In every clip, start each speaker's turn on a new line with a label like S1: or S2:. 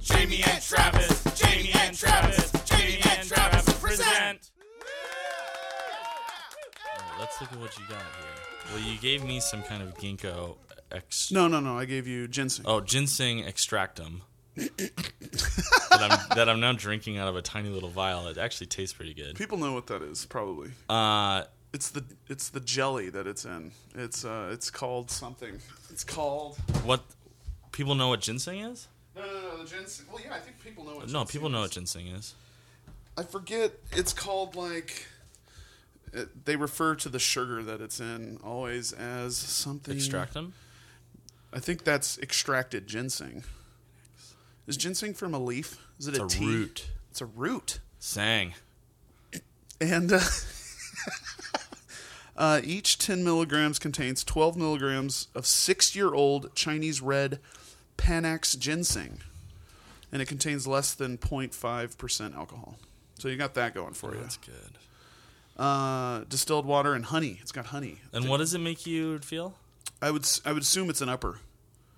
S1: Jamie and Travis, Jamie and Travis, Jamie and Travis present. Oh, Let's look at what you got here. Well, you gave me some kind of ginkgo ex.
S2: No, no, no. I gave you ginseng.
S1: Oh, ginseng extractum. that, I'm, that I'm now drinking out of a tiny little vial. It actually tastes pretty good.
S2: People know what that is, probably.
S1: Uh,
S2: It's the it's the jelly that it's in. It's uh, it's called something. It's called.
S1: what? People know what ginseng is?
S2: No, no, no. The ginseng. Well, yeah, I think people know what.
S1: No,
S2: ginseng
S1: people know what
S2: is. Mm.
S1: ginseng is.
S2: I forget. It's called like. It, they refer to the sugar that it's in always as something.
S1: Extractum.
S2: I think that's extracted ginseng. Is ginseng from a leaf? Is it
S1: It's a
S2: tea?
S1: root.
S2: It's a root.
S1: Sang.
S2: And uh, uh, each 10 milligrams contains 12 milligrams of six year old Chinese red Panax ginseng. And it contains less than 0.5% alcohol. So you got that going for you.
S1: That's good.
S2: Uh, distilled water and honey. It's got honey.
S1: And what does it make you feel?
S2: I would s- I would assume it's an upper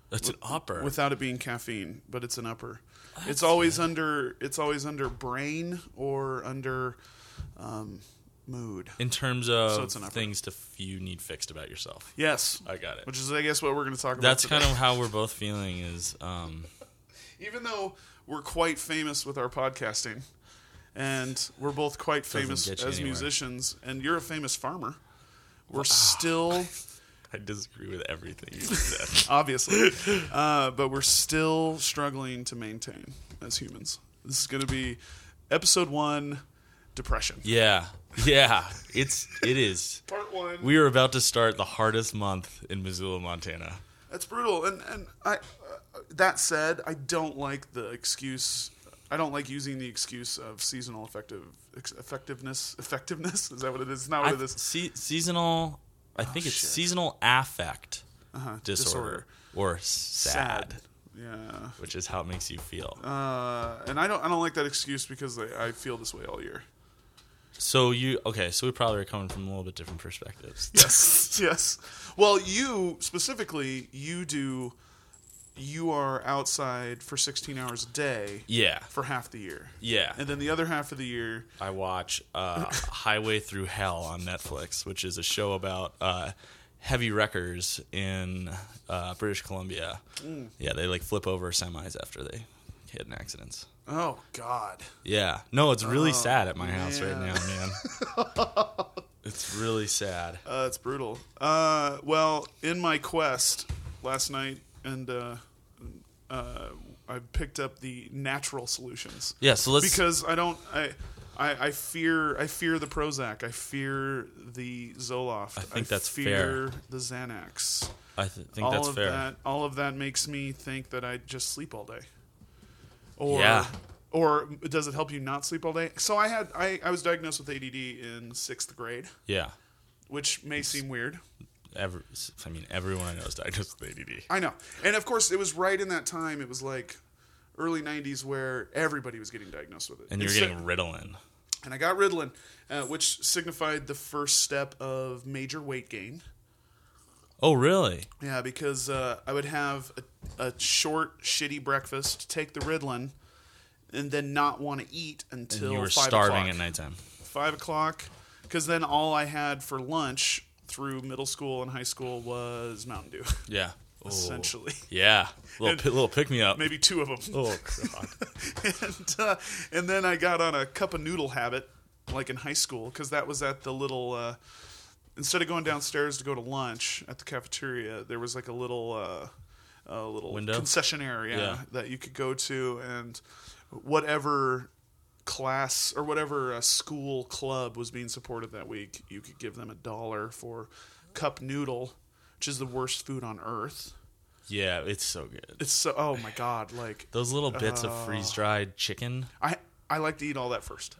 S1: That's an upper.
S2: without it being caffeine, but it's an upper. it's always under it's always under brain or under um, mood.
S1: in terms of
S2: it's an upper.
S1: things to f- you need fixed about yourself.
S2: Yes,
S1: I got it.
S2: which is I guess what we're going to talk about.
S1: That's
S2: today.
S1: kind of how we're both feeling. Is um,
S2: even though we're quite famous with our podcasting and we're both quite famous
S1: get
S2: as
S1: you anywhere. Ah.
S2: musicians and you're a famous farmer we're still
S1: I disagree with everything you just said.
S2: obviously uh, but we're still struggling to maintain as humans this is going to be episode one depression
S1: yeah, yeah. It's it is.
S2: part one
S1: We are about to start the hardest month in Missoula, Montana.
S2: That's brutal. And and I, uh, that said, I don't like the excuse. I don't like using the excuse of seasonal effective ex- effectiveness. Effectiveness is that what it is? It's not what
S1: I,
S2: it is.
S1: se- seasonal. I think it's
S2: shit.
S1: seasonal affect
S2: Uh-huh.
S1: disorder, or sad,
S2: Yeah.
S1: which is how it makes you feel.
S2: Uh, and I don't. I don't like that excuse because I, I feel this way all year.
S1: so you okay? So we probably are coming from a little bit different perspectives.
S2: Yes. yes. Well, you specifically, you do. You are outside for 16 hours a day
S1: Yeah,
S2: for half the year.
S1: yeah.
S2: And then the other half of the year,
S1: I watch uh, Highway Through Hell on Netflix, which is a show about uh, heavy wreckers in uh, British Columbia.
S2: Mm.
S1: Yeah, they like flip over semis after they hit in accidents.
S2: oh god.
S1: Yeah, no, it's really sad at my house right
S2: Oh, man.
S1: now, man. it's really sad.
S2: Uh, it's brutal. Uh, well, in my quest last night, and uh, uh, I picked up the natural solutions
S1: Yeah, so let's.
S2: because I don't. I, I I fear I fear the Prozac. I fear the Zoloft. I
S1: think that's
S2: fear the Xanax.
S1: I th- think
S2: all
S1: that's
S2: of
S1: fair.
S2: that all of that makes me think that I just sleep all day. Or
S1: Yeah.
S2: or does it help you not sleep all day? So I had I, I was diagnosed with ADD in sixth grade,
S1: Yeah,
S2: which may seem weird.
S1: every, I mean everyone I know is diagnosed with ADD.
S2: I know. And of course, it was right in that time. It was like early 90s where everybody was getting diagnosed with it.
S1: And you're
S2: It's-
S1: getting Ritalin.
S2: And I got Ritalin, uh, which signified the first step of major weight gain.
S1: Oh, really?
S2: Yeah, because uh, I would have a, a short, shitty breakfast, take the Ritalin, and then not want to eat until
S1: You were
S2: five
S1: starving
S2: o'clock.
S1: at nighttime.
S2: Five o'clock, because then all I had for lunch through middle school and high school was Mountain Dew,
S1: Yeah. Oh.
S2: essentially.
S1: Yeah, little pi- little pick me up.
S2: Maybe two of them.
S1: Oh god.
S2: and, uh, and then I got on a cup of noodle habit, like in high school, because that was at the little. Uh, instead of going downstairs to go to lunch at the cafeteria, there was like a little, uh, a little
S1: Window?
S2: concessionaire yeah,
S1: Yeah.
S2: that you could go to, and whatever class or whatever uh, school club was being supported that week, you could give them a dollar for cup noodle, which is the worst food on earth.
S1: yeah, it's so good.
S2: It's so oh my god, like
S1: Those little bits of freeze
S2: Oh.
S1: dried chicken
S2: I I like to eat all that first.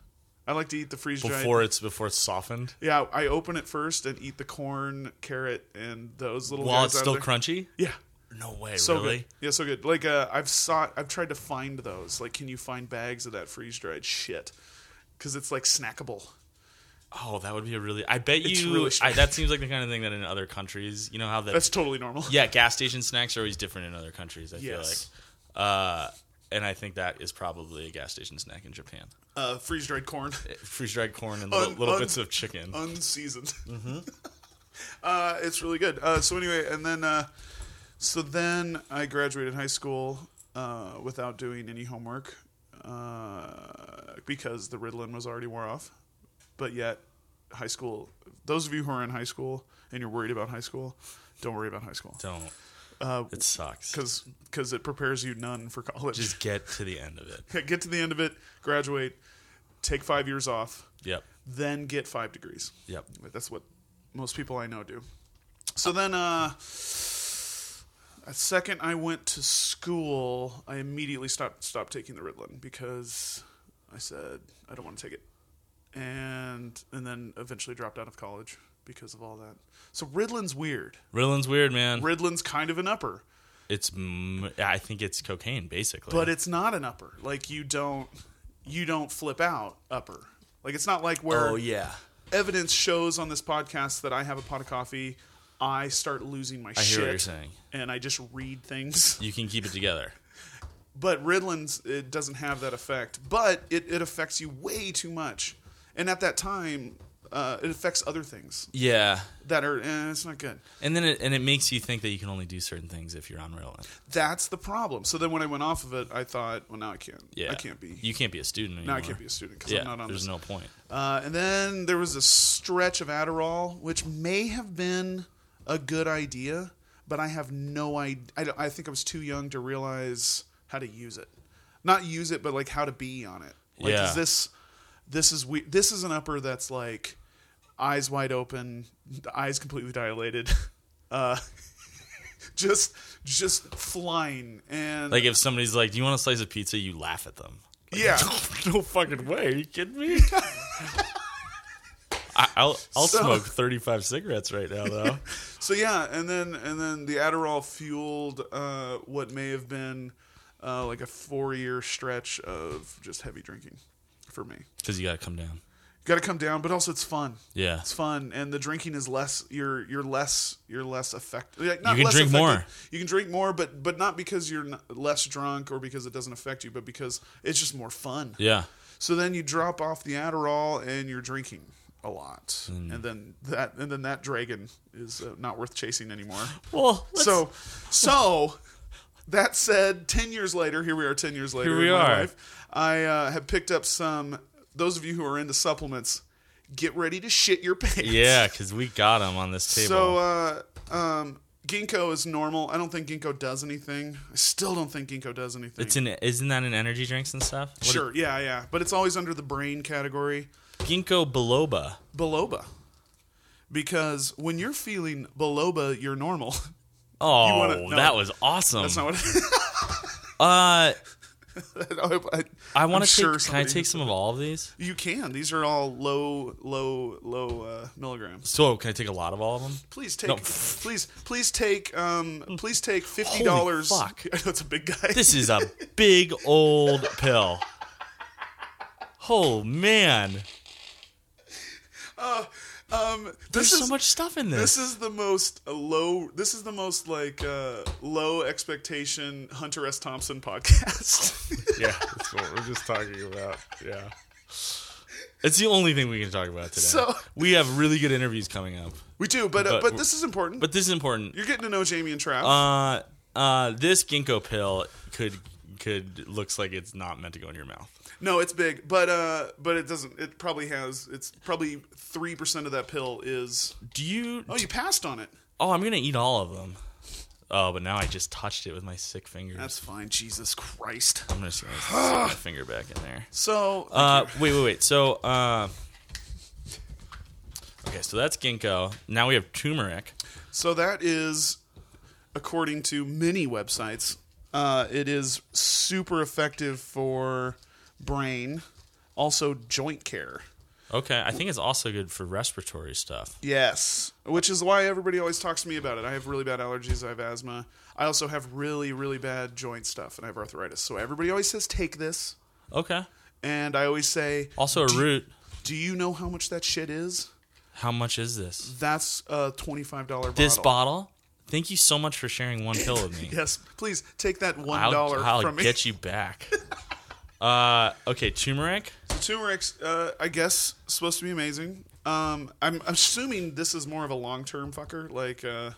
S2: I like to eat the freeze dried.
S1: before it's before it's softened
S2: Yeah, I open it first and eat the corn, carrot, and those little.
S1: while
S2: guys
S1: it's
S2: out
S1: still
S2: there.
S1: crunchy.
S2: Yeah,
S1: No way,
S2: so
S1: really.
S2: good. Yeah, so good. Like uh, I've sought, I've tried to find those. Like, can you find bags of that freeze dried shit? Because it's like snackable.
S1: Oh, that would be a really. I bet
S2: It's
S1: you.
S2: really
S1: I,
S2: strange.
S1: that seems like the kind of thing that in other countries, you know how that.
S2: That's totally normal.
S1: yeah, gas station snacks are always different in other countries. I
S2: Yes.
S1: feel like. Uh, and I think that is probably a gas station snack in Japan.
S2: Uh, freeze dried corn,
S1: Freeze dried corn and little,
S2: Un-
S1: little
S2: un-
S1: bits of chicken.
S2: unseasoned.
S1: Mm-hmm.
S2: uh, it's really good. Uh, so anyway, and then uh, so then I graduated high school uh, without doing any homework uh, because the Ritalin was already wore off. But yet, high school. Those of you who are in high school and you're worried about high school, don't worry about high school
S1: Don't.
S2: uh,
S1: it sucks.
S2: because because it prepares you none for college.
S1: Just get to the end of it.
S2: get to the end of it, graduate, take five years off,
S1: Yep.
S2: then get five degrees.
S1: Yep.
S2: That's what most people I know do. So then, uh, the second I went to school, I immediately stopped stopped taking the Ritalin because I said I don't want to take it, and and then eventually dropped out of college because of all that. So Ritalin's weird.
S1: Ritalin weird, man.
S2: Ritalin's kind of an upper.
S1: it's m- I think it's cocaine basically.
S2: but it's not an upper. Like you don't you don't flip out upper. Like it's not like where
S1: oh yeah.
S2: evidence shows on this podcast that I have a pot of coffee, I start losing my
S1: I
S2: shit
S1: hear what you're saying.
S2: and I just read things.
S1: You can keep it together.
S2: But Ridlin's it doesn't have that effect. But it, it affects you way too much. And at that time, uh, it affects other things
S1: Yeah.
S2: that are eh, it's not good.
S1: And then it, and it makes you think that you can only do certain things if you're on Ritalin.
S2: That's the problem. So then when I went off of it, I thought, well now I can't.
S1: Yeah.
S2: I can't be.
S1: You can't be a student anymore.
S2: now I can't be a student because
S1: Yeah.
S2: I'm not on
S1: there's
S2: this
S1: no point.
S2: Uh, and then there was a stretch of Adderall, which may have been a good idea, but I have no idea. I, don't- I think I was too young to realize how to use it. Not use it, but like how to be on it. Like,
S1: Yeah.
S2: is this this is we this is an upper that's like eyes wide open, eyes completely dilated, uh, just just flying and
S1: Like if somebody's like, "Do you want a slice of pizza?" You laugh at them.
S2: yeah.
S1: no fucking way. Are you kidding me? I, I'll I'll
S2: So-
S1: smoke 35 cigarettes right now though.
S2: So yeah, and then and then the Adderall fueled uh, what may have been uh, like a four-year stretch of just heavy drinking for me.
S1: Because you gotta come down.
S2: Got to come down, but also it's fun.
S1: Yeah.
S2: It's fun, and the drinking is less. You're you're less you're less affected. Like,
S1: You can drink more.
S2: You can drink more, but but not because you're n- less drunk or because it doesn't affect you, but because it's just more fun.
S1: Yeah.
S2: So then you drop off the Adderall and you're drinking a lot,
S1: Mm.
S2: and then that and then that dragon is uh, not worth chasing anymore.
S1: Well,
S2: So, so that said, ten years later, here we are. Ten years later,
S1: Here we
S2: in my
S1: are.
S2: life, I uh, have picked up some. Those of you who are into supplements, get ready to shit your pants.
S1: yeah, because we got them on this table.
S2: So, uh, um, ginkgo is normal. I don't think ginkgo does anything. I still don't think ginkgo does anything.
S1: it's in. Isn't that in energy drinks and stuff? What
S2: sure, yeah, yeah, but it's always under the brain category.
S1: Ginkgo biloba.
S2: Biloba. Because when you're feeling biloba, you're normal.
S1: Oh,
S2: wanna- no.
S1: that was awesome.
S2: That's not what
S1: uh,
S2: I hope I,
S1: I want
S2: I'm
S1: to.
S2: sure
S1: can I
S2: somebody-
S1: take some of all of these?
S2: You can. These are all low, low, low uh, milligrams.
S1: So can I take a lot of all of them?
S2: Please take.
S1: No.
S2: Please, please take. Um, please take fifty
S1: Holy
S2: dollars.
S1: fuck.
S2: I know it's a big guy.
S1: This is a big old pill. Oh man,
S2: um,
S1: there's
S2: this is
S1: so much stuff in this.
S2: this is the most uh, low. This is the most like uh, low expectation Hunter S. Thompson podcast.
S1: yeah, that's what we're just talking about. Yeah, it's the only thing we can talk about today.
S2: So-
S1: we have really good interviews coming up,
S2: we do, but uh,
S1: But-
S2: but this is important.
S1: but this is important.
S2: You're getting to know Jamie and Trav.
S1: Uh, uh, this ginkgo pill could could looks like it's not meant to go in your mouth.
S2: No, it's big, but uh, but it doesn't. It probably has. It's probably three percent of that pill is.
S1: Do you?
S2: Oh, you passed on it.
S1: Oh, I'm gonna eat all of them. Oh, but now I just touched it with my sick fingers.
S2: That's fine. Jesus Christ.
S1: I'm just gonna stick my finger back in there.
S2: So
S1: Uh, wait, wait, wait. So, uh, okay, so that's ginkgo. Now we have turmeric.
S2: so that is, according to many websites, uh, it is super effective for brain, also joint care.
S1: Okay, I think it's also good for respiratory stuff.
S2: Yes, which is why everybody always talks to me about it. I have really bad allergies. I have asthma. I also have really really bad joint stuff, and I have arthritis. So everybody always says take this.
S1: Okay.
S2: And I always say,
S1: Also, a root.
S2: Do you know how much that shit is?
S1: How much is this?
S2: That's a twenty-five dollar bottle.
S1: This bottle, Thank you so much for sharing one pill with me.
S2: Yes, please take that one dollar
S1: I'll, I'll
S2: from me.
S1: get you back. uh, okay, turmeric.
S2: Turmeric's, uh, I guess, supposed to be amazing. Um, I'm assuming this is more of a long term fucker. Like, uh,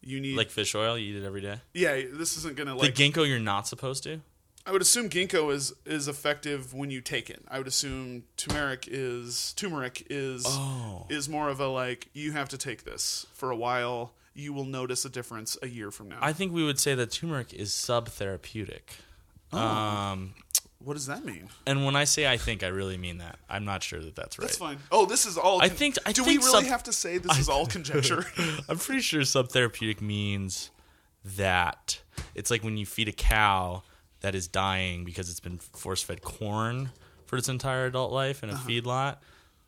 S2: you need,
S1: Like fish oil, you eat it every day.
S2: yeah, this isn't gonna
S1: The
S2: like.
S1: ginkgo you're not supposed to.
S2: I would assume ginkgo is is effective when you take it. I would assume turmeric is turmeric is
S1: Oh.
S2: is more of a like you have to take this for a while. You will notice a difference a year from now.
S1: I think we would say that turmeric is subtherapeutic. Um,
S2: what does that mean?
S1: and when I say I think, I really mean that. I'm not sure that that's right.
S2: That's fine. Oh, this is all.
S1: I think- I
S2: do
S1: think
S2: we really
S1: some-
S2: have to say this is all conjecture?
S1: I'm pretty sure subtherapeutic means that it's like when you feed a cow that is dying because it's been force fed corn for its entire adult life in a
S2: Uh-huh.
S1: feedlot,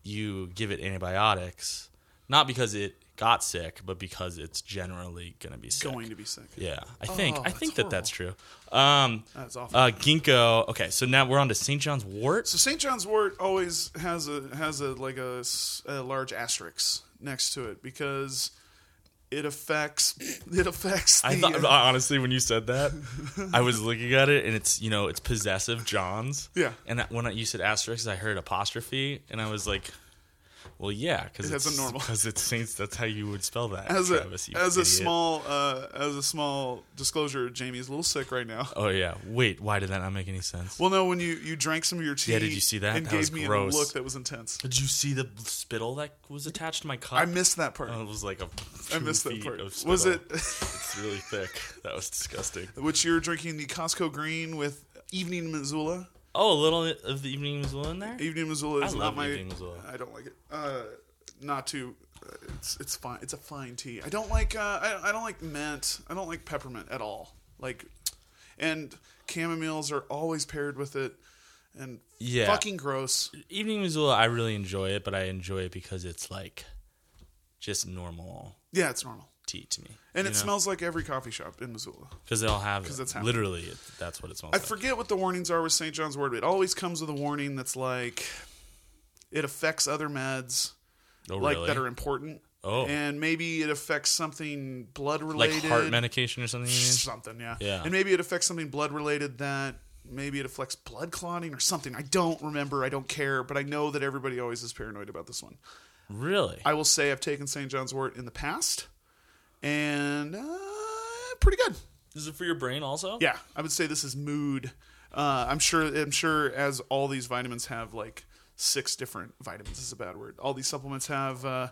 S1: you give it antibiotics, not because it got sick, but because it's generally going to be sick.
S2: Going to be sick.
S1: Yeah, I think
S2: Oh,
S1: I
S2: that's
S1: think that that's true. Um,
S2: That's awful.
S1: uh, ginkgo. Okay, so now we're on to St. John's wort.
S2: So St. John's Wort always has a has a like a, s- a large asterisk next to it because it affects it affects the uh,
S1: I thought honestly when you said that, I was looking at it and it's you know it's possessive John's.
S2: Yeah.
S1: And that, when I, you said asterisk, I heard apostrophe, and I was like, well, yeah, because
S2: It has a normal-
S1: because it's saints. That's how you would spell that.
S2: as a
S1: Travis, you
S2: as a
S1: idiot.
S2: small uh, as a small disclosure. Jamie's a little sick right now.
S1: Oh yeah. Wait, why did that not make any sense?
S2: Well, no, when you you drank some of your tea,
S1: Yeah, did you see that?
S2: And
S1: That
S2: gave
S1: was
S2: me
S1: gross.
S2: a look that was intense.
S1: did you see the spittle that was attached to my cup?
S2: I missed that part.
S1: Oh, it was like a.
S2: I
S1: two
S2: missed that
S1: feet
S2: part.
S1: of
S2: Was
S1: spittle.
S2: it
S1: It's really thick. That was disgusting.
S2: which you're drinking the Costco Green with Evening Missoula?
S1: Oh, a little of the evening was in there.
S2: Evening Missoula is
S1: I
S2: not
S1: love
S2: my.
S1: Evening Missoula.
S2: I don't like it. Uh, not too. It's it's fine. It's a fine tea. I don't like. Uh, I I don't like mint. I don't like peppermint at all. Like, and chamomiles are always paired with it, and
S1: Yeah.
S2: fucking gross.
S1: Evening Missoula, I really enjoy it, but I enjoy it because it's like just normal
S2: Yeah, it's normal.
S1: tea to me.
S2: And it smells like every coffee shop in Missoula.
S1: because they all have it.
S2: that's how-
S1: literally it, that's what it smells
S2: I
S1: like.
S2: forget what the warnings are with St. John's Wort, but it always comes with a warning that's like, it affects other meds.
S1: oh,
S2: like
S1: really?
S2: that are important.
S1: Oh.
S2: and maybe it affects something blood
S1: like
S2: related,
S1: heart medication or something. You mean?
S2: something. Yeah,
S1: Mm-hmm. Yeah.
S2: and maybe it affects something blood related that maybe it affects blood clotting or something. I don't remember. I don't care, but I know that everybody always is paranoid about this one.
S1: Really?
S2: I will say I've taken St. John's Wort in the past, and uh, pretty good.
S1: Is it for your brain also?
S2: Yeah, I would say this is mood. Uh, I'm sure. I'm sure as all these vitamins have like six different vitamins is a bad word. All these supplements have uh,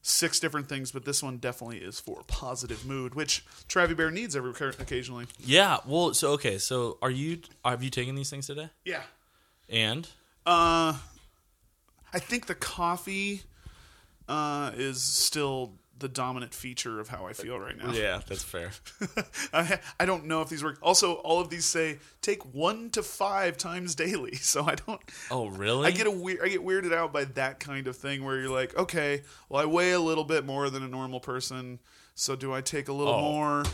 S2: six different things, but this one definitely is for positive mood, which Travi Bear needs every occasionally.
S1: Yeah. Well, so okay. So are you? Have you taken these things today?
S2: Yeah.
S1: And
S2: Uh, I think the coffee uh, is still the dominant feature of how I feel right now.
S1: yeah, that's fair.
S2: I, I don't know if these work. Also, all of these say take one to five times daily, so I don't.
S1: Oh, really?
S2: I get a weird. I get weirded out by that kind of thing where you're like, okay, well, I weigh a little bit more than a normal person, so do I take a little
S1: Oh.
S2: more?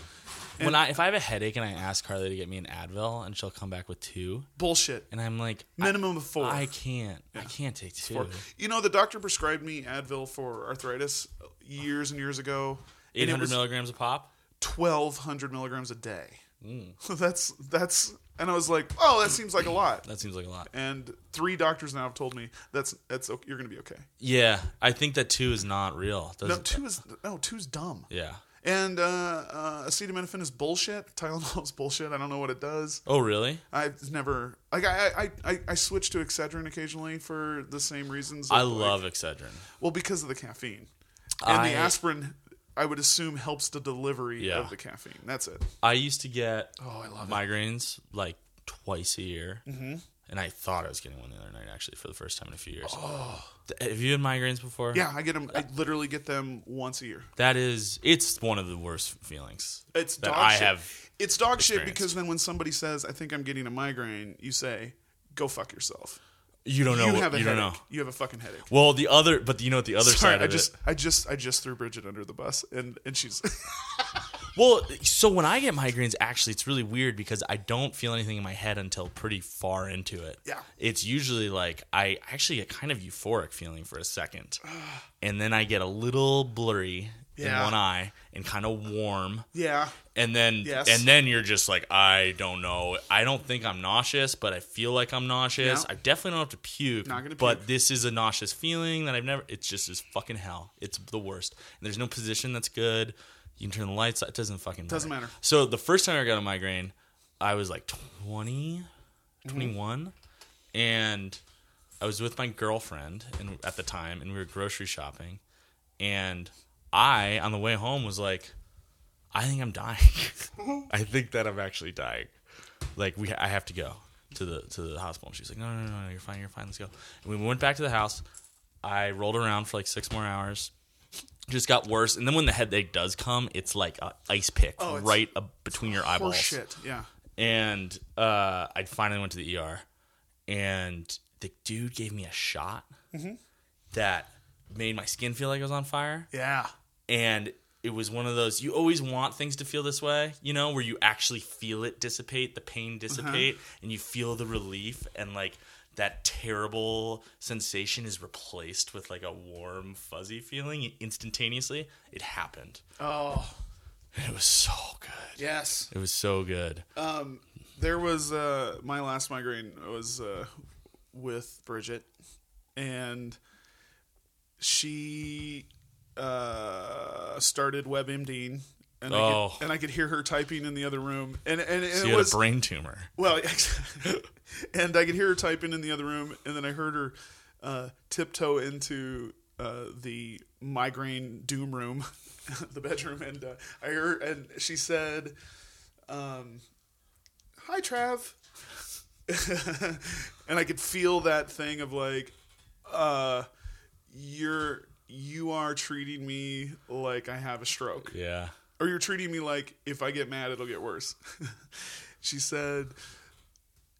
S1: when I if I have a headache and I ask Carly to get me an Advil and she'll come back with two,
S2: Bullshit.
S1: and I'm like, I,
S2: Minimum of four.
S1: I can't, I can't take two.
S2: you know, the doctor prescribed me Advil for arthritis years and years ago. and
S1: Eight
S2: it
S1: hundred
S2: was
S1: milligrams a pop.
S2: twelve hundred milligrams a day.
S1: Mm.
S2: that's that's, and I was like, oh, that seems like a lot.
S1: That seems like a lot.
S2: And three doctors now have told me that's that's o- you're gonna be okay.
S1: Yeah, I think that two is not real.
S2: No,
S1: Doesn't-
S2: two is no two's dumb.
S1: yeah.
S2: And uh, uh, acetaminophen is bullshit. Tylenol is bullshit. I don't know what it does.
S1: Oh, really?
S2: I've never like I I, I, I switch to Excedrin occasionally for the same reasons.
S1: I
S2: of, like-
S1: love Excedrin.
S2: well because of the caffeine and
S1: I-
S2: the aspirin. I would assume helps the delivery
S1: Yeah.
S2: of the caffeine. That's it.
S1: I used to get
S2: Oh, I love
S1: migraines like twice a year, mm-hmm. and I thought I was getting one the other night actually for the first time in a few years. Th- Have you had migraines before?
S2: Oh. Yeah, I get them. I literally get them once a year.
S1: That is, it's one of the worst feelings.
S2: It's
S1: that
S2: dog
S1: I
S2: shit.
S1: have.
S2: It's dog shit
S1: experienced.
S2: because then when somebody says, "I think I'm getting a migraine," you say, "Go fuck yourself."
S1: You don't know.
S2: you
S1: what-
S2: have a
S1: you don't
S2: headache.
S1: know.
S2: You have a fucking headache.
S1: Well, the other, but you know what the other
S2: Sorry,
S1: side
S2: I
S1: of
S2: just,
S1: it.
S2: I just, I just threw Bridget under the bus, and and she's
S1: Well, so when I get migraines, actually, it's really weird because I don't feel anything in my head until pretty far into it.
S2: Yeah.
S1: It's usually like I actually get kind of euphoric feeling for a second. and then I get a little blurry
S2: Yeah.
S1: in one eye and kind of warm.
S2: Yeah.
S1: And then
S2: Yes.
S1: and then you're just like, I don't know. I don't think I'm nauseous, but I feel like I'm nauseous. I
S2: No.
S1: definitely don't have to puke.
S2: Not gonna
S1: but
S2: puke.
S1: this is a nauseous feeling that I've never it's just is fucking hell. It's the worst. And there's no position that's good. You can turn the lights out. It doesn't fucking matter.
S2: Doesn't matter.
S1: So the first time I got a migraine, I was like 20,
S2: Mm-hmm.
S1: 21 and I was with my girlfriend and at the time, and we were grocery shopping, and I on the way home was like, I think I'm dying. I think that I'm actually dying. Like we, I have to go to the to the hospital. And she's like, no, no, no, no, you're fine, you're fine. Let's go. And we went back to the house. I rolled around for like six more hours. Just got worse, and then when the headache does come, it's like a ice pick
S2: Oh, it's
S1: right up between your eyeballs
S2: Horse shit. Yeah.
S1: and uh, I finally went to the ER, and the dude gave me a shot
S2: Mm-hmm.
S1: that made my skin feel like it was on fire,
S2: Yeah.
S1: and it was one of those you always want things to feel this way, you know, where you actually feel it dissipate, the pain
S2: Uh-huh.
S1: dissipate, and you feel the relief, and like that terrible sensation is replaced with like a warm, fuzzy feeling instantaneously. It happened.
S2: Oh,
S1: It was so good.
S2: yes.
S1: It was so good.
S2: Uh, there was uh my last migraine was uh with Bridget and she uh started webmding and I
S1: Oh.
S2: could, and I could hear her typing in the other room and and, and
S1: you
S2: it
S1: had
S2: was
S1: a brain tumor.
S2: well and I could hear her typing in the other room and then I heard her uh tiptoe into uh the migraine doom room the bedroom and uh, I heard and she said um, hi trav and i could feel that thing of like uh you're you are treating me like i have a stroke
S1: Yeah.
S2: or you're treating me like if i get mad it'll get worse she said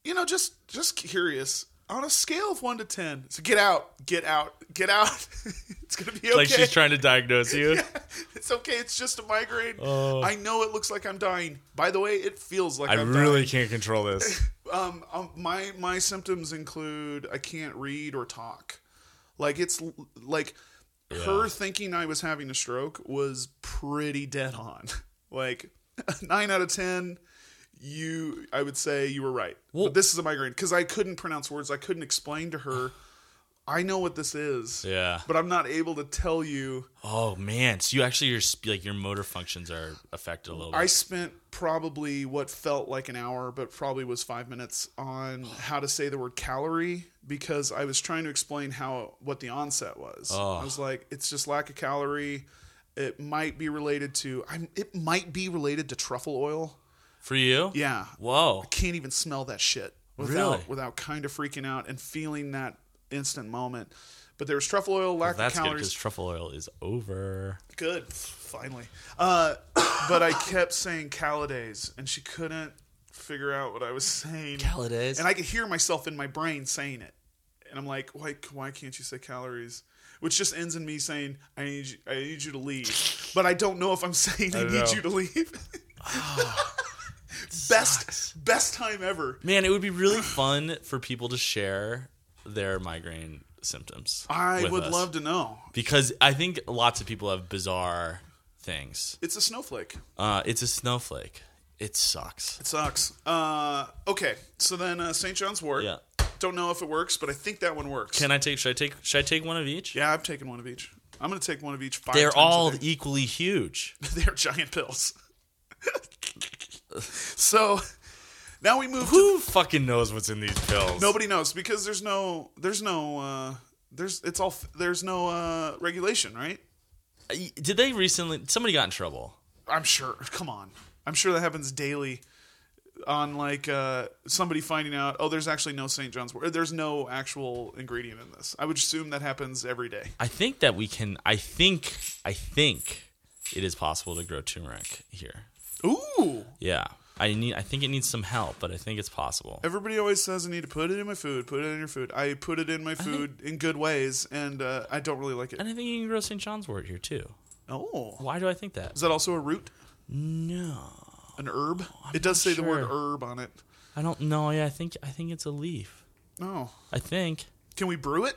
S2: you know just just curious on a scale of 1 to 10 so get out get out get out it's gonna be okay
S1: Like she's trying to diagnose you.
S2: it's okay it's just a migraine
S1: Oh.
S2: i know it looks like i'm dying by the way it feels like
S1: I
S2: am
S1: really can't control this.
S2: um, um my my symptoms include I can't read or talk. Like it's l- like her thinking I was having a stroke was pretty dead on. Like 9 out of 10 you I would say you were right.
S1: Well-
S2: but this is a migraine cuz I couldn't pronounce words. I couldn't explain to her I know what this is.
S1: Yeah.
S2: But I'm not able to tell you.
S1: Oh man. So you actually your sp- like your motor functions are affected a little bit.
S2: I spent probably what felt like an hour, but probably was five minutes on how to say the word calorie because I was trying to explain how what the onset was. I was like, it's just lack of calorie. It might be related to I'm. It might be related to truffle oil.
S1: For you?
S2: Yeah,
S1: Whoa.
S2: can't even smell that shit without
S1: Really?
S2: without kind of freaking out and feeling that instant moment. But there was truffle oil, lack of
S1: That's good
S2: calories.
S1: because truffle oil is over.
S2: Good, finally. Uh, but I kept saying Caladays, and she couldn't figure out what I was saying.
S1: Caladays.
S2: And I could hear myself in my brain saying it, and I'm like, why, why can't you say calories? Which just ends in me saying, I need you, I need you to leave. But I don't know if I'm saying I,
S1: don't
S2: need
S1: know.
S2: you to leave. best, best time ever.
S1: Man, it would be really fun for people to share their migraine symptoms.
S2: I
S1: with
S2: would
S1: us.
S2: love to know.
S1: because I think lots of people have bizarre things.
S2: It's a snowflake.
S1: Uh, it's a snowflake. It sucks.
S2: It sucks. Uh, okay, so then uh, St. John's Wort.
S1: Yeah.
S2: Don't know if it works, but I think that one works.
S1: Can I take? Should I take? Should I take one of each?
S2: Yeah, I've taken one of each. I'm going to take one of each. Five
S1: They're
S2: times
S1: all
S2: a day.
S1: equally huge.
S2: they're giant pills. so now we move. to...
S1: Who fucking knows what's in these pills?
S2: Nobody knows because there's no there's no uh, there's it's all f- there's no uh, regulation, right?
S1: Uh, Did they recently? Somebody got in trouble.
S2: I'm sure. Come on, I'm sure that happens daily. On like uh, somebody finding out, oh, there's actually no St. John's wort. There's no actual ingredient in this. I would assume that happens every day.
S1: I think that we can. I think. I think it is possible to grow turmeric here.
S2: Ooh,
S1: Yeah. I need. I think it needs some help, but I think it's possible.
S2: Everybody always says I need to put it in my food. Put it in your food. I put it in my food in good ways, and uh, I don't really like it.
S1: And I think you can grow St. John's wort here too.
S2: Oh,
S1: Why do I think that?
S2: is that also a root?
S1: No,
S2: An herb? it does say
S1: Oh, not
S2: the word
S1: sure.
S2: herb on it.
S1: I don't know. Yeah, I think. I think it's a leaf.
S2: No.
S1: I think.
S2: Can we brew it?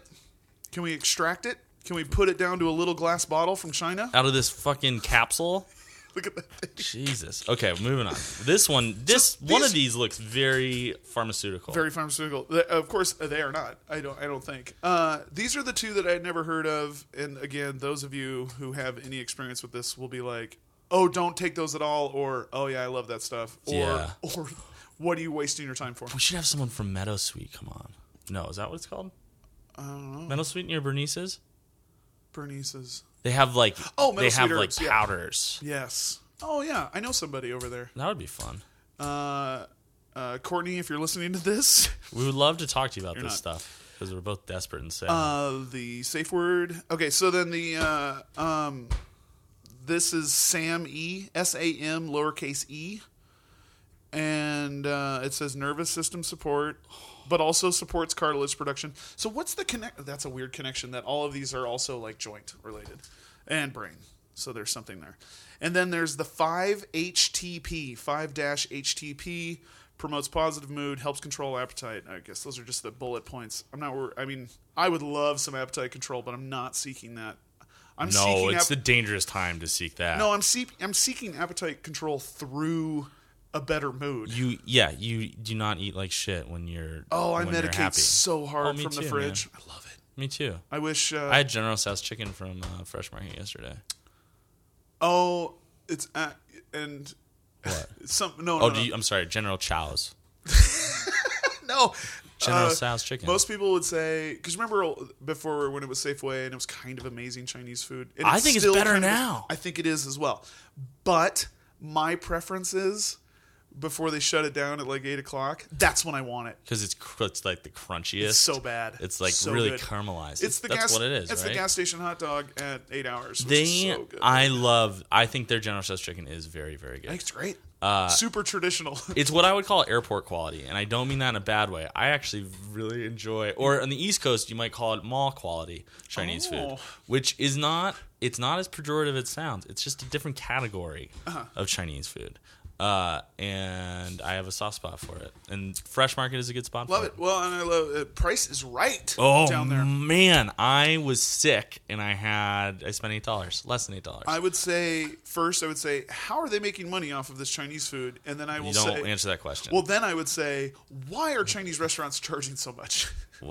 S2: Can we extract it? Can we put it down to a little glass bottle from China?
S1: out of this fucking capsule.
S2: Look at that thing.
S1: Jesus. Okay, moving on. This one, this
S2: these-
S1: one of these looks very pharmaceutical.
S2: Very pharmaceutical. Th- Of course, uh, they are not. I don't. I don't think. Uh, these are the two that I had never heard of. And again, those of you who have any experience with this will be like, "Oh, don't take those at all," or "Oh yeah, I love that stuff," or
S1: Yeah.
S2: "Or what are you wasting your time for?"
S1: we should have someone from Meadowsweet come on. No, is that what it's called? I don't know. Meadowsweet near Bernice's?
S2: Bernice's.
S1: They have like
S2: Oh,
S1: they have
S2: Meadowsweet
S1: like
S2: herbs, yeah.
S1: powders.
S2: Yes. Oh yeah, I know somebody over there.
S1: That would be fun.
S2: Uh, uh, Courtney, if you're listening to this,
S1: We would love to talk to you about this
S2: not.
S1: stuff because we're both desperate and sad.
S2: uh, the safe word. Okay, so then the uh, um, this is Sam E S A M lowercase e, and uh, it says nervous system support, but also supports cartilage production. So what's the connect? That's a weird connection that all of these are also like joint related, and brain. So there's something there, and then there's the five HTP five dash HTP. Promotes positive mood, helps control appetite. I guess those are just the bullet points. I'm not. wor- I mean, I would love some appetite control, but I'm not seeking that. I'm
S1: no,
S2: seeking
S1: it's
S2: app-
S1: the dangerous time to seek that.
S2: no, I'm seep I'm seeking appetite control through a better mood.
S1: you yeah, you do not eat like shit when you're
S2: oh, I
S1: when you're
S2: medicate
S1: happy.
S2: so hard
S1: Oh, me
S2: from the
S1: too,
S2: fridge. I love it.
S1: Me too.
S2: I wish. Uh,
S1: I had General Tso's chicken from uh, Fresh Market yesterday.
S2: oh, it's at, and
S1: What?
S2: some no
S1: Oh,
S2: no
S1: do
S2: no.
S1: you, I'm sorry, General Chow's.
S2: no.
S1: General
S2: Uh,
S1: Tso's chicken.
S2: Most people would say because remember before when it was Safeway and it was kind of amazing Chinese food. And
S1: I think it's
S2: still
S1: better
S2: kind of-
S1: now.
S2: I think it is as well, but my preference is before they shut it down at like eight o'clock. That's when I want it.
S1: because it's cr- it's like the crunchiest.
S2: It's so bad.
S1: It's like
S2: So
S1: really
S2: good.
S1: caramelized.
S2: It's the
S1: that's
S2: gas.
S1: what it is.
S2: It's
S1: right?
S2: the gas station hot dog at eight hours. Which
S1: They,
S2: is so good.
S1: I love. I think their General Tso's chicken is very, very good.
S2: it's great.
S1: Uh,
S2: Super traditional.
S1: It's what I would call airport quality, and I don't mean that in a bad way. I actually really enjoy, or on the East Coast, you might call it mall quality Chinese
S2: Oh.
S1: food, which is not. It's not as pejorative as it sounds. It's just a different category
S2: Uh-huh.
S1: of Chinese food, uh, and I have a soft spot for it. And Fresh Market is a good spot.
S2: love
S1: for
S2: it. Well, and I love it. Price is right
S1: Oh
S2: down there.
S1: man, I was sick and I had I spent eight dollars, less than eight dollars.
S2: I would say first, I would say, how are they making money off of this Chinese food? And then I will
S1: You don't
S2: say,
S1: answer that question.
S2: well,
S1: Well,
S2: then I would say, why are Chinese restaurants charging so much?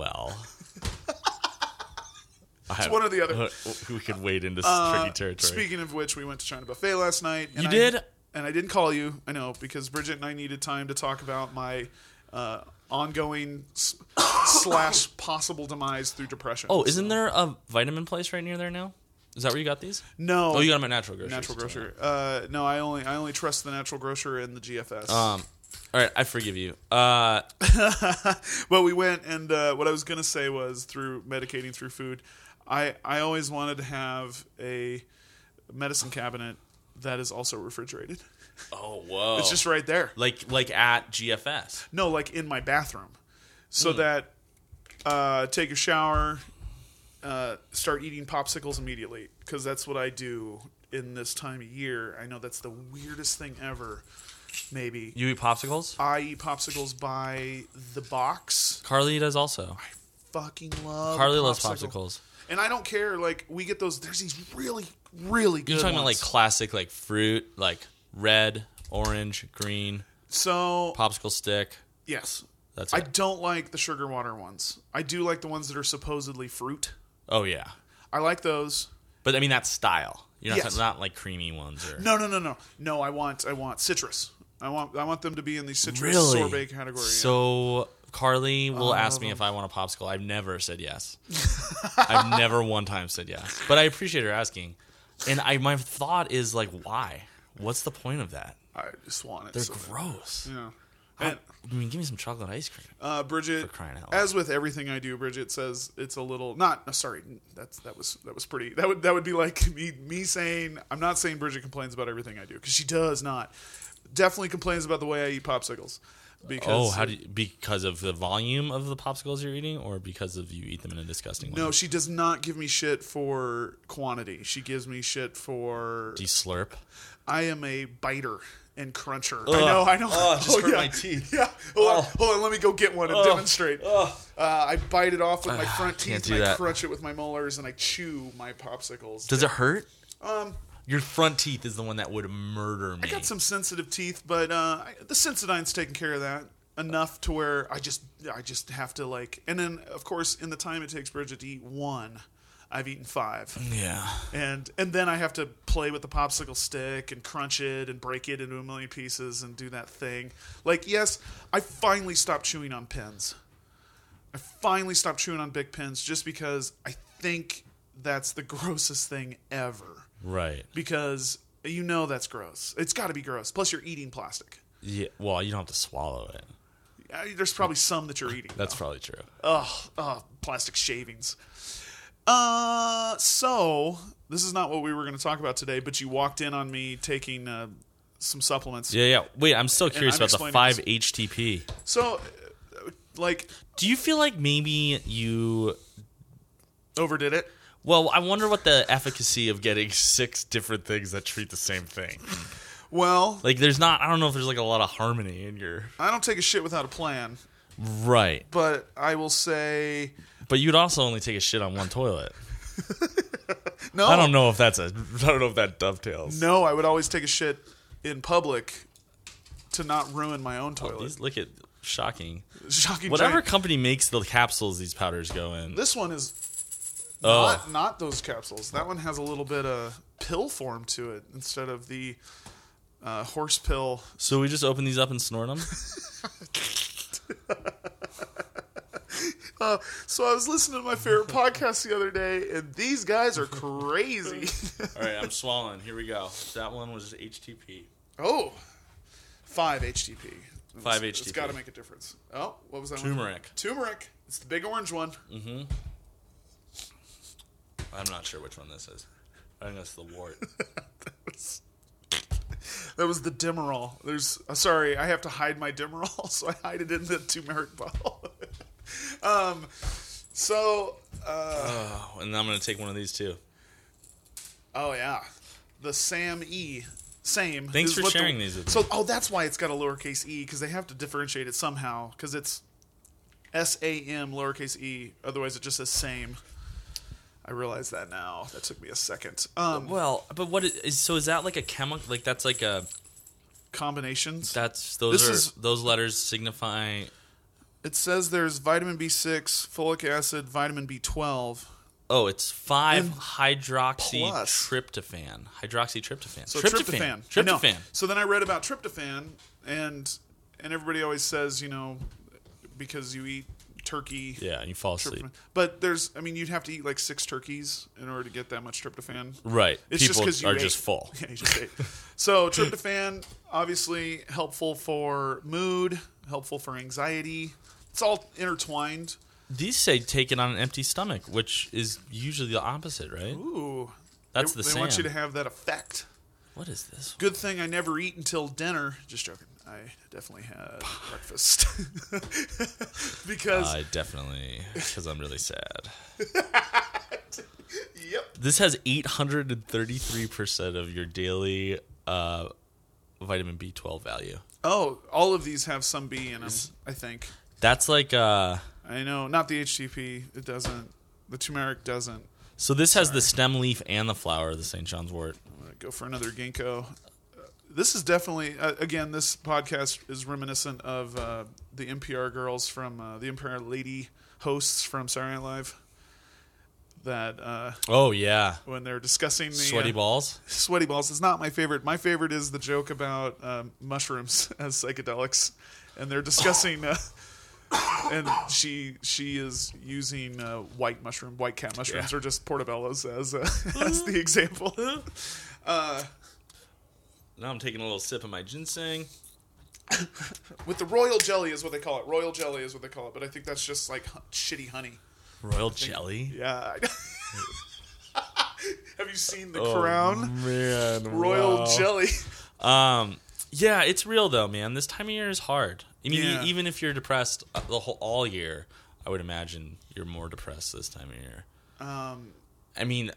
S1: I-
S2: one or the other. Uh,
S1: We could wade into tricky territory.
S2: Speaking of which, we went to China Buffet last night. And
S1: You
S2: I-
S1: did?
S2: and I didn't call you. I know because Bridget and I needed time to talk about my uh, ongoing s- slash possible demise through depression.
S1: oh, isn't there a vitamin place right near there now? Is that where you got these?
S2: no!
S1: Oh, you got them at Natural Grocery.
S2: natural grocer. Uh, no, I only I only trust the natural grocer and the GFS.
S1: Um, all right, I forgive you. Uh,
S2: Well, we went, and uh, what I was gonna say was through medicating through food. I I always wanted to have a medicine cabinet that is also refrigerated.
S1: oh, whoa!
S2: It's just right there.
S1: like like at GFS.
S2: No, like in my bathroom,
S1: Hmm.
S2: so that uh, take a shower, uh, start eating popsicles immediately because that's what I do in this time of year. I know that's the weirdest thing ever. Maybe
S1: You eat popsicles?
S2: I eat popsicles by the box.
S1: Carly does also.
S2: I fucking love
S1: Carly loves
S2: popsicle.
S1: popsicles.
S2: and I don't care. Like we get those. There's these really, really good.
S1: You're talking about like
S2: ones.
S1: classic like fruit, like red, orange, green,
S2: so
S1: popsicle stick.
S2: yes.
S1: That's
S2: I
S1: it.
S2: don't like the sugar water ones. I do like the ones that are supposedly fruit.
S1: oh yeah,
S2: I like those.
S1: but I mean that style. You're not,
S2: Yes.
S1: not like creamy ones or
S2: No, no, no, no, no. I want, I want citrus. I want, I want them to be in the citrus
S1: really
S2: sorbet category.
S1: So Carly will ask me if I want a popsicle. I've never said yes. I've never one time said yes, but I appreciate her asking. And I my thought is like, why? What's the point of that?
S2: I just want it.
S1: They're
S2: so-
S1: gross.
S2: yeah.
S1: I
S2: And,
S1: I mean, give me some chocolate ice cream.
S2: uh, Bridget,
S1: crying out loud.
S2: as with everything I do, Bridget says it's a little not. no, sorry, that's that was that was pretty. That would that would be like me me saying I'm not saying Bridget complains about everything I do because she does not. Definitely complains about the way I eat popsicles. because
S1: Oh, how do you, because of the volume of the popsicles you're eating, or because of you eat them in a disgusting way?
S2: no, she does not give me shit for quantity. She gives me shit for
S1: Do you slurp?
S2: I am a biter and cruncher. I know, I know. Oh,
S1: Ugh, just hurt
S2: yeah.
S1: my teeth.
S2: Yeah. Hold, on, hold on, let me go get one and
S1: Ugh. Ah,
S2: demonstrate. Uh, I bite it off with my front
S1: can't
S2: teeth
S1: do
S2: and I
S1: that.
S2: crunch it with my molars and I chew my popsicles.
S1: Does it hurt? Um, your front teeth is the one that would murder me.
S2: I got some sensitive teeth, but uh, I, the Sensodyne's taking care of that enough to where I just I just have to like. And then of course, in the time it takes Bridget to eat one, I've eaten five,
S1: yeah.
S2: and and then I have to play with the popsicle stick and crunch it and break it into a million pieces and do that thing. Like, yes, I finally stopped chewing on pins. I finally stopped chewing on big pins just because I think that's the grossest thing ever
S1: Right.
S2: because you know that's gross. It's got to be gross. Plus, you're eating plastic.
S1: Yeah. Well, you don't have to swallow it.
S2: Uh, There's probably some that you're eating.
S1: That's probably true.
S2: Ugh, ugh, plastic shavings. Uh, so this is not what we were going to talk about today, but you walked in on me taking uh, some supplements.
S1: Yeah, yeah. Wait, I'm still curious
S2: I'm
S1: about the
S2: explaining
S1: five
S2: this-
S1: HTP.
S2: So, uh, like,
S1: Do you feel like maybe you?
S2: overdid it.
S1: Well, I wonder what the efficacy of getting six different things that treat the same thing.
S2: Well,
S1: Like, there's not. I don't know if there's like a lot of harmony in your.
S2: I don't take a shit without a plan,
S1: Right,
S2: but I will say
S1: but you'd also only take a shit on one toilet.
S2: no.
S1: I don't know if that's a. I don't know if that dovetails.
S2: No, I would always take a shit in public to not ruin my own toilet.
S1: Oh, These look at shocking.
S2: Shocking.
S1: Whatever
S2: giant-
S1: company makes the capsules these powders go in.
S2: This one is
S1: Oh.
S2: not not those capsules. That one has a little bit of pill form to it instead of the uh, horse pill.
S1: So we just open these up and snort them.
S2: Uh, so I was listening to my favorite podcast the other day, and these guys are crazy.
S1: All right, I'm swallowing. Here we go. That one was HTP.
S2: oh, five HTP.
S1: Five
S2: It's- It's
S1: HTP.
S2: got to make a difference. Oh, what was that? one?
S1: Turmeric. Mm.
S2: Turmeric. It's the big orange one.
S1: I'm not sure which one this is. I think that's the wart.
S2: That was the Demerol. There's uh, sorry, I have to hide my Demerol, so I hide it in the turmeric bottle. um, so uh,
S1: Oh, and I'm gonna take one of these too.
S2: oh yeah, the Sam E. Same.
S1: Thanks
S2: is
S1: for
S2: what the-
S1: sharing these with
S2: So oh, that's why it's got a lowercase e because they have to differentiate it somehow because it's S A M lowercase e. Otherwise, it just says same. I realize that now. That took me a second. Um,
S1: Well, but what is so? Is that like a chemical? Like that's like a
S2: combinations.
S1: that's those
S2: This
S1: are
S2: is-
S1: those letters signify.
S2: It says there's vitamin B6, folic acid, vitamin B12.
S1: Oh, it's five
S2: And plus-
S1: hydroxytryptophan. Hydroxytryptophan.
S2: So
S1: tryptophan.
S2: tryptophan. I know.
S1: Tryptophan.
S2: So then I read about tryptophan, and and everybody always says, you know, because you eat turkey.
S1: Yeah, and you fall asleep.
S2: tryptophan- But there's, I mean, you'd have to eat like six turkeys in order to get that much tryptophan.
S1: Right.
S2: It's just
S1: People
S2: 'cause you
S1: are
S2: ate.
S1: just full.
S2: Yeah, you just ate. So tryptophan, obviously helpful for mood, helpful for anxiety. It's all intertwined.
S1: These say take it on an empty stomach, which is usually the opposite, right?
S2: Ooh,
S1: That's
S2: they,
S1: the
S2: they want you
S1: same.
S2: to have that effect.
S1: What is this?
S2: Good thing I never eat until dinner. Just joking. I definitely had breakfast because
S1: I definitely because I'm really sad.
S2: yep,
S1: This has 833% of your daily uh, vitamin B12 value.
S2: Oh, all of these have some B in them. I think.
S1: That's like uh
S2: I know. Not the HTP. It doesn't. The turmeric doesn't.
S1: so this has the stem leaf and the flower of the St. John's wort.
S2: I'm gonna go for another ginkgo. Uh, This is definitely uh, again. This podcast is reminiscent of uh, the NPR girls from uh, the NPR lady hosts from Saturday Night Live. That uh,
S1: Oh yeah.
S2: when they're discussing the
S1: Sweaty
S2: uh,
S1: balls?
S2: Sweaty balls is not my favorite. My favorite is the joke about um, mushrooms as psychedelics, and they're discussing. Uh, and she she is using uh, white mushroom, white cat mushrooms,
S1: Yeah.
S2: or just portobellos as uh, as the example.
S1: Now I'm taking a little sip of my ginseng.
S2: With the royal jelly is what they call it. Royal jelly is what they call it, but I think that's just like hu- shitty honey.
S1: Royal jelly.
S2: Yeah.
S1: Oh,
S2: Have you seen the crown?
S1: Man.
S2: Royal
S1: wow.
S2: jelly.
S1: Um Yeah, it's real though, man. This time of year is hard. I mean,
S2: Yeah.
S1: e- even if you're depressed uh, the whole all year, I would imagine you're more depressed this time of year.
S2: Um,
S1: I mean,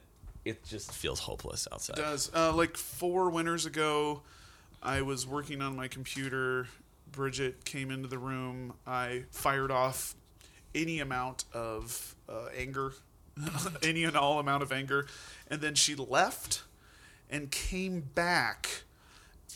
S1: it just feels hopeless outside.
S2: does uh, like four winters ago i was working on my computer bridget came into the room i fired off any amount of uh, anger any and all amount of anger and then she left and came back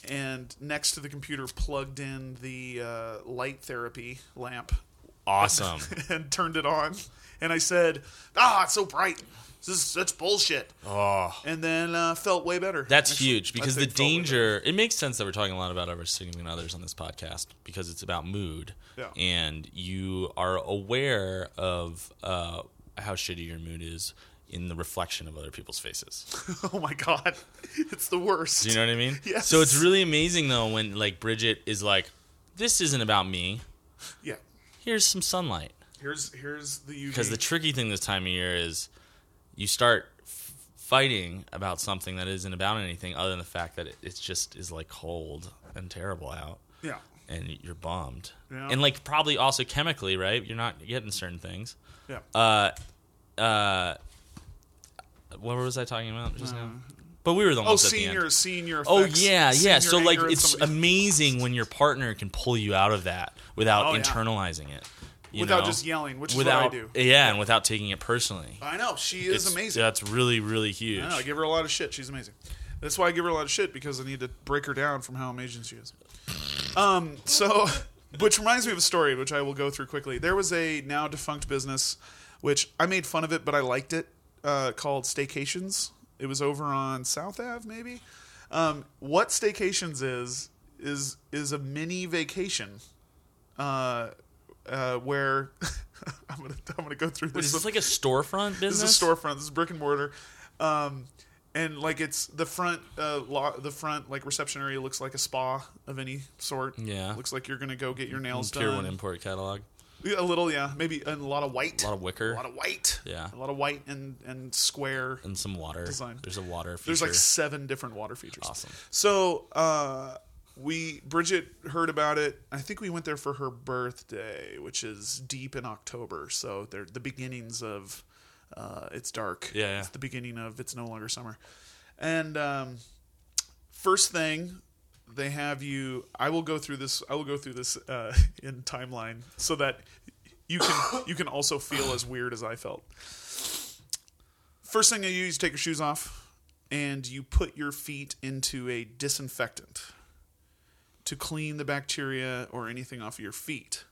S2: and next to the computer plugged in the uh, light therapy lamp
S1: Awesome.
S2: and turned it on and i said ah it's so bright this is such bullshit
S1: oh.
S2: and then uh, felt way better.
S1: That's
S2: Actually,
S1: huge
S2: I
S1: because the
S2: think felt way
S1: danger. It makes sense that we're talking a lot about our significant others on this podcast because it's about mood,
S2: Yeah.
S1: and you are aware of uh, how shitty your mood is in the reflection of other people's faces.
S2: better. oh my god, it's the worst.
S1: Do you know what I mean?
S2: Yes.
S1: So it's really amazing though when like Bridget is like, "This isn't about me.
S2: yeah.
S1: Here's some sunlight."
S2: Here's here's the UV.
S1: Because the tricky thing this time of year is you start f- fighting about something that isn't about anything other than the fact that it, it just is like cold and terrible out.
S2: yeah.
S1: and you're bombed.
S2: Yeah.
S1: And like probably also chemically, right? You're not getting certain things.
S2: Yeah.
S1: Uh, uh, what was I talking about just now? But we were the
S2: oh,
S1: ones at the end.
S2: senior senior.
S1: Oh
S2: effects,
S1: yeah, yeah.
S2: senior
S1: So like,
S2: anger at
S1: it's
S2: somebody-
S1: amazing when your partner can pull you out of that without
S2: Oh, yeah.
S1: internalizing it, you
S2: Without
S1: know?
S2: just yelling, which is what I
S1: without
S2: do.
S1: yeah, and without taking it personally.
S2: I know she is
S1: It's- uh,
S2: amazing.
S1: That's really really huge.
S2: I know. I give her a lot of shit. She's amazing. That's why I give her a lot of shit because I need to break her down from how amazing she is. Um, so, which reminds me of a story which I will go through quickly. There was a now defunct business, which I made fun of it, but I liked it. Uh, called Staycations. It was over on South Ave, maybe. Um, what Staycations is is is a mini vacation, uh, uh, where I'm gonna I'm gonna go through this.
S1: What, is
S2: with-
S1: this like a storefront business?
S2: this is a storefront. This is brick and mortar. Um, and like it's the front, uh, lo- the front like reception area looks like a spa of any sort.
S1: Yeah.
S2: looks like you're gonna go get your nails
S1: Pier One
S2: done.
S1: import catalog.
S2: Yeah, a little, yeah, maybe and a lot of white,
S1: A lot of wicker
S2: a lot of white,
S1: Yeah.
S2: a lot of white and and square.
S1: and some water.
S2: Design.
S1: There's a water. Feature.
S2: There's like seven different water features.
S1: Awesome.
S2: So uh, we Bridget heard about it. I think we went there for her birthday, which is deep in October. So they're the beginnings of uh, it's dark.
S1: Yeah, yeah.
S2: It's the beginning of it's no longer summer. And um, first thing they have you I will go through this I will go through this uh, in timeline so that you can you can also feel as weird as I felt first thing you do is take your shoes off and you put your feet into a disinfectant to clean the bacteria or anything off of your feet.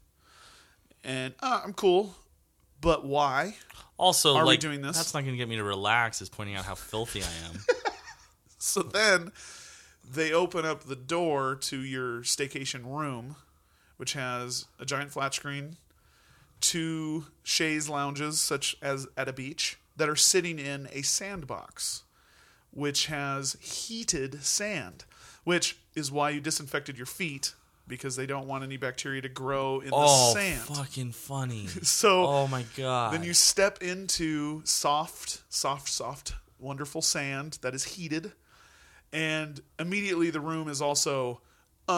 S2: And uh, I'm cool, but why?
S1: Also,
S2: Are we
S1: like,
S2: doing this?
S1: That's not going to get me to relax. Is pointing out how filthy I am.
S2: So then they open up the door to your staycation room, which has a giant flat screen, two chaise lounges, such as at a beach, that are sitting in a sandbox, which has heated sand, which is why you disinfected your feet because they don't want any bacteria to grow in
S1: oh,
S2: the sand.
S1: fucking funny.
S2: So
S1: oh my god.
S2: then you step into soft, soft, soft, wonderful sand that is heated, and immediately the room is also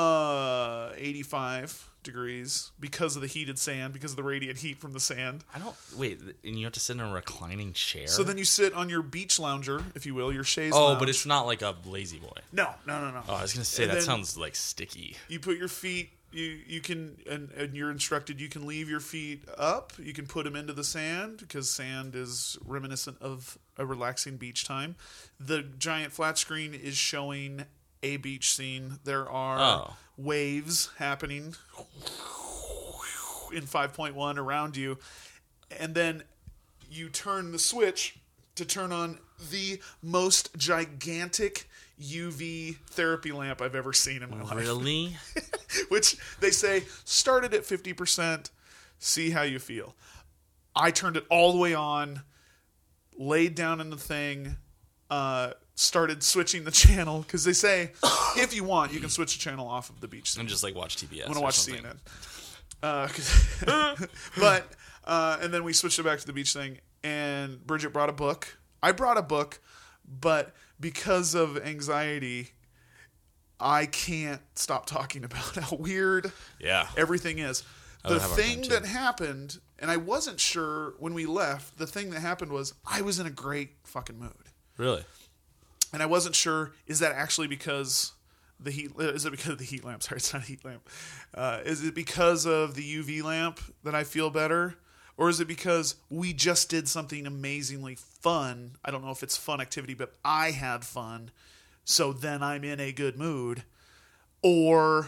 S2: uh 85 degrees because of the heated sand, because of the radiant heat from the sand.
S1: I don't wait, th- and you have to sit in a reclining chair.
S2: So then you sit on your beach lounger, if you will, your chaise.
S1: oh,
S2: lounge.
S1: but it's not like a lazy boy.
S2: no, no, no, no.
S1: Oh, I was gonna say
S2: And
S1: that
S2: then
S1: sounds like sticky.
S2: You put your feet. You you can and, and you're instructed. You can leave your feet up. You can put them into the sand because sand is reminiscent of a relaxing beach time. The giant flat screen is showing a beach scene. There are
S1: Oh.
S2: waves happening in 5.1 around you, and then you turn the switch to turn on the most gigantic UV therapy lamp I've ever seen in my life
S1: Really?
S2: which they say started at 50%, see how you feel. I turned it all the way on, laid down in the thing, uh, started switching the channel because they say if you want, you can switch the channel off of the beach.
S1: and just like watch TBS.
S2: I'm
S1: or
S2: gonna watch
S1: something.
S2: CNN. Uh, 'cause- but uh, and then we switched it back to the beach thing, and Bridget brought a book. I brought a book, but because of anxiety, I can't stop talking about how weird
S1: Yeah.
S2: everything is.
S1: would
S2: The
S1: have a hard
S2: thing
S1: time, too.
S2: that happened, and I wasn't sure when we left, the thing that happened was I was in a great fucking mood.
S1: Really?
S2: And I wasn't sure is that actually because the heat uh, is it because of the heat lamp? Sorry, it's not a heat lamp. Uh, is it because of the UV lamp that I feel better? Or is it because we just did something amazingly fun? I don't know if it's fun activity, but I had fun. So then I'm in a good mood. Or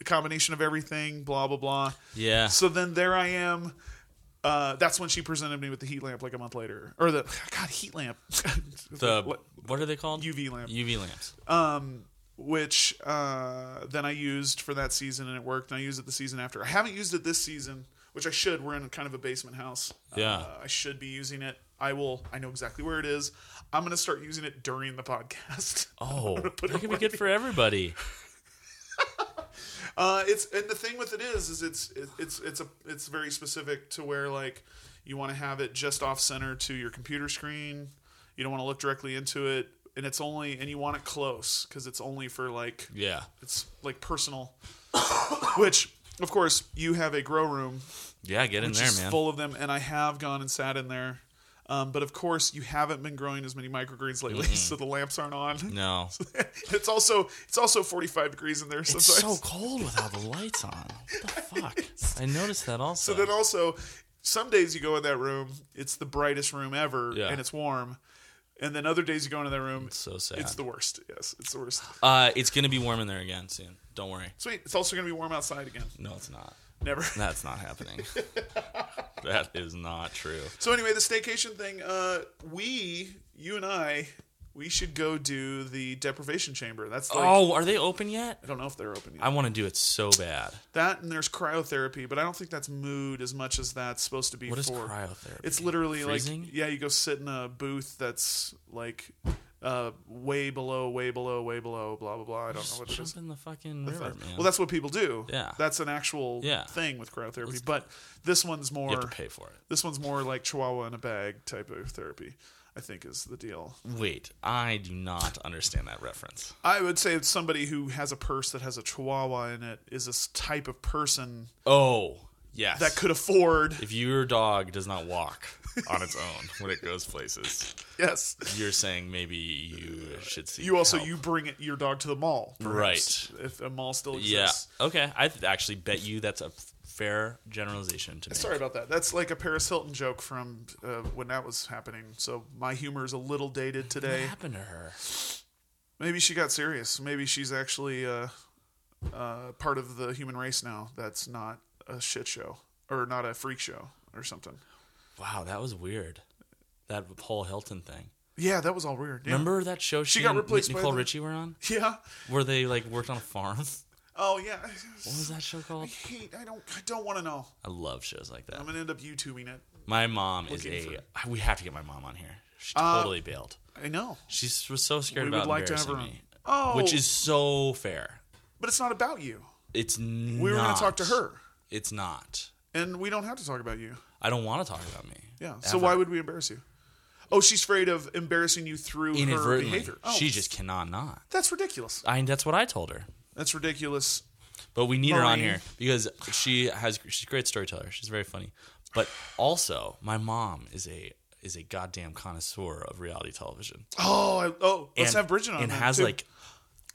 S2: a combination of everything, blah, blah, blah.
S1: Yeah.
S2: So then there I am. Uh, that's when she presented me with the heat lamp like a month later. Or the, God, heat lamp.
S1: The
S2: What-
S1: what are they called?
S2: UV lamp.
S1: UV lamps.
S2: which uh, then I used for that season and it worked. And I used it the season after. I haven't used it this season, which I should. We're in kind of a basement house.
S1: Yeah.
S2: Uh, I should be using it. I will. I know exactly where it is. I'm gonna start using it during the podcast.
S1: oh,
S2: put
S1: that
S2: it
S1: could be good for everybody.
S2: Uh, it's and the thing with it is, is it's it's it's a it's very specific to where like you want to have it just off center to your computer screen. You don't want to look directly into it, and it's only and you want it close because it's only for like
S1: Yeah.
S2: It's like personal, which of course you have a grow room
S1: Yeah, get in
S2: which
S1: there,
S2: is
S1: man.
S2: full of them, and I have gone and sat in there. Um, but of course, you haven't been growing as many microgreens lately, so the lamps aren't on.
S1: no.
S2: it's also it's also forty five degrees in there
S1: It's
S2: sometimes.
S1: so cold with all the lights on. What the fuck? I noticed that also.
S2: So then also, some days you go in that room, it's the brightest room ever,
S1: Yeah.
S2: and it's warm. And then other days you go into that room, it's,
S1: so sad.
S2: the worst. Yes, it's the worst.
S1: uh, it's gonna be warm in there again soon. Don't worry.
S2: Sweet. It's also going to be warm outside again.
S1: No, it's not.
S2: Never.
S1: That's not happening. that is not true.
S2: So anyway, the staycation thing, uh, we, you and I, we should go do the deprivation chamber. That's like
S1: oh, are they open yet?
S2: I don't know if they're open yet.
S1: I want to do it so bad.
S2: that and there's cryotherapy, but I don't think that's mood as much as that's supposed to be
S1: What is
S2: for.
S1: cryotherapy?
S2: It's literally
S1: Freezing?
S2: like yeah, you go sit in a booth that's like uh, way below, way below, way below, blah blah blah. I don't know what it is.
S1: Jump in the fucking river, man.
S2: Well, that's what people do.
S1: Yeah.
S2: that's an actual
S1: Yeah.
S2: thing with cryotherapy. But this one's more.
S1: you have to pay for it.
S2: This one's more like Chihuahua in a bag type of therapy. I think is the deal.
S1: Wait, I do not understand that reference.
S2: I would say it's somebody who has a purse that has a Chihuahua in it is this type of person
S1: Oh, yes.
S2: that could afford.
S1: if your dog does not walk on its own when it goes places,
S2: Yes.
S1: you're saying maybe you should see.
S2: You also you bring it, your dog to the mall, perhaps, If a mall still
S1: Yeah.
S2: exists.
S1: Okay. I th- actually bet you that's a f- fair generalization to me.
S2: Sorry about that. That's like a Paris Hilton joke from uh, when that was happening. So my humor is a little dated
S1: What
S2: today.
S1: happened to her?
S2: Maybe she got serious. Maybe she's actually uh, uh, part of the human race now. That's not a shit show or not a freak show or something.
S1: Wow, that was weird. That whole Hilton thing.
S2: Yeah, that was all weird. Yeah.
S1: Remember that show she,
S2: got
S1: and
S2: replaced by
S1: Nicole
S2: the-
S1: Richie were on,
S2: Yeah.
S1: where they like worked on a farm. What
S2: Oh yeah.
S1: was that show
S2: I
S1: called?
S2: hate. I don't. I don't want to know.
S1: I love shows like that.
S2: I'm gonna end up YouTubing it.
S1: My mom is
S2: Looking
S1: a.
S2: for-
S1: I- We have to get my mom on here. She
S2: Uh,
S1: totally bailed.
S2: I know.
S1: She s- was so scared
S2: we
S1: about
S2: would like to have
S1: embarrassing
S2: her on.
S1: me,
S2: Oh.
S1: which is so fair.
S2: But it's not about you.
S1: It's not.
S2: We were going to talk to her,
S1: It's not.
S2: and we don't have to talk about you.
S1: I don't want to talk about me.
S2: Yeah. So why would we embarrass you? Oh, she's afraid of embarrassing you through her
S1: Inadvertently,
S2: behavior. Oh,
S1: she just cannot not.
S2: that's ridiculous.
S1: I mean, that's what I told her.
S2: That's ridiculous.
S1: But we need her on
S2: Maureen.
S1: here because she has she's a great storyteller. She's very funny. But also, my mom is a is a goddamn connoisseur of reality television.
S2: Oh, I, oh, let's
S1: and-
S2: have Bridget on.
S1: and
S2: then,
S1: has
S2: too.
S1: like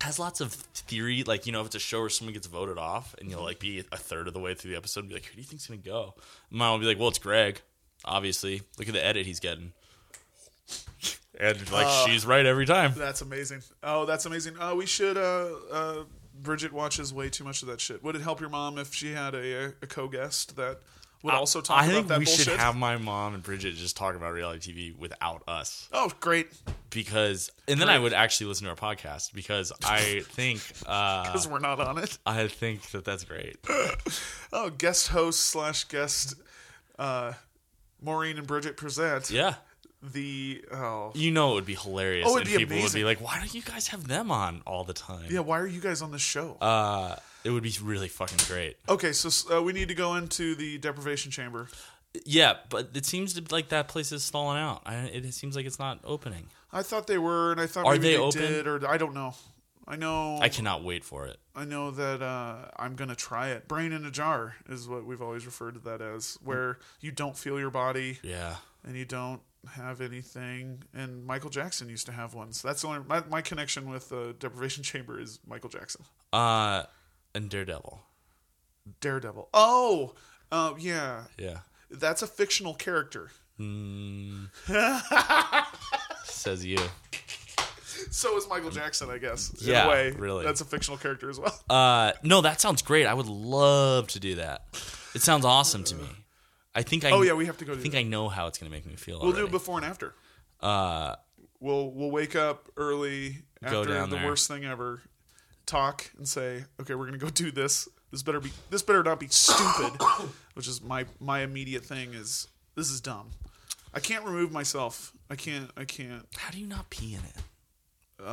S1: has lots of theory like you know if it's a show where someone gets voted off and you'll like be a third of the way through the episode and be like who do you think's gonna go and mom will be like well it's greg obviously look at the edit he's getting and like
S2: Uh,
S1: she's right every time
S2: that's amazing. Oh, that's amazing. Oh, we should. Uh, uh, Bridget watches way too much of that shit. Would it help your mom if she had a, a co-guest that would also talk
S1: i
S2: about
S1: think
S2: that
S1: we
S2: bullshit?
S1: should have my mom and bridget just talk about reality tv without us
S2: oh, great.
S1: because and then i would actually listen to our podcast because i think uh
S2: Because we're not on it.
S1: i think that that's great
S2: Oh, guest host slash guest. Uh, Maureen and Bridget present
S1: yeah
S2: the oh
S1: you know it would be hilarious
S2: Oh,
S1: and
S2: it'd be
S1: people would
S2: amazing.
S1: be like why don't you guys have them on all the time
S2: yeah. Why are you guys on this show?
S1: Uh, it would be really fucking great.
S2: Okay, so uh, we need to go into the deprivation chamber.
S1: Yeah, but it seems to like that place is stalling out. I, it seems like it's not opening.
S2: I thought they were, and I thought
S1: Are
S2: maybe
S1: they
S2: they,
S1: open?
S2: did, or I don't know. I know.
S1: I cannot wait for it.
S2: I know that uh, I'm gonna try it. Brain in a jar is what we've always referred to that as,
S1: Hmm.
S2: where you don't feel your body
S1: Yeah.
S2: and you don't have anything. And Michael Jackson used to have one, so that's the only my, my connection with the deprivation chamber is Michael Jackson,
S1: Uh, and Daredevil.
S2: Daredevil. Oh, uh, yeah,
S1: Yeah.
S2: that's a fictional character.
S1: Mm. Says you.
S2: So is Michael Jackson, I guess. In
S1: Yeah,
S2: a way,
S1: really.
S2: That's a fictional character as well.
S1: Uh, no, that sounds great. I would love to do that. It sounds awesome to me. I think I.
S2: Oh yeah, we have to go.
S1: I
S2: do
S1: think
S2: that.
S1: I know how it's gonna make me feel.
S2: we'll do
S1: already.
S2: it before and after.
S1: Uh,
S2: we'll we'll wake up early
S1: Go
S2: after
S1: down
S2: the
S1: there.
S2: worst thing ever talk and say okay we're gonna go do this this better be this better not be stupid which is my my immediate thing is this is dumb i can't remove myself i can't i can't
S1: how do you not pee in it?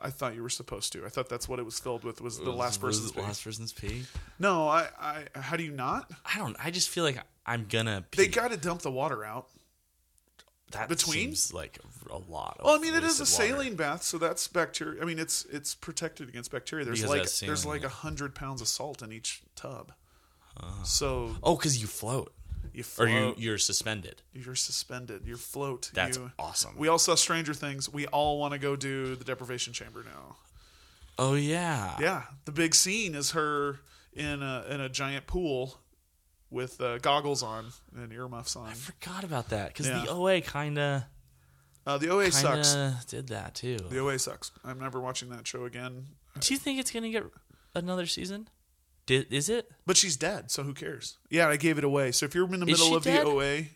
S2: i thought you were supposed to i thought that's what it was filled with was the last
S1: Was
S2: person's
S1: it the
S2: pee.
S1: last person's pee.
S2: no i i how do you not
S1: I don't. I just feel like I'm gonna. Pee.
S2: they gotta dump the water out
S1: that
S2: between?
S1: seems like a lot. Of
S2: well i mean it is a
S1: wasted water.
S2: saline bath so that's bacteria i mean it's it's protected against bacteria there's
S1: Because
S2: like
S1: that's saline,
S2: there's like
S1: yeah.
S2: a hundred pounds of salt in each tub so
S1: Oh, because you float,
S2: You
S1: or
S2: float.
S1: you you're suspended.
S2: you, are suspended. You float.
S1: That's
S2: you,
S1: awesome.
S2: We all saw Stranger Things. We all want to go do the deprivation chamber now.
S1: oh yeah.
S2: Yeah, the big scene is her in a in a giant pool with uh, goggles on and earmuffs on.
S1: I forgot about that because
S2: Yeah.
S1: the OA kind of
S2: Uh, the OA
S1: kind
S2: sucks.
S1: of did that too.
S2: The OA sucks. I'm never watching that show again.
S1: Do you think it's gonna get another season? Did is it?
S2: But she's dead, so who cares? Yeah, I gave it away. So if you're in the
S1: Is she
S2: middle of
S1: dead?
S2: the OA,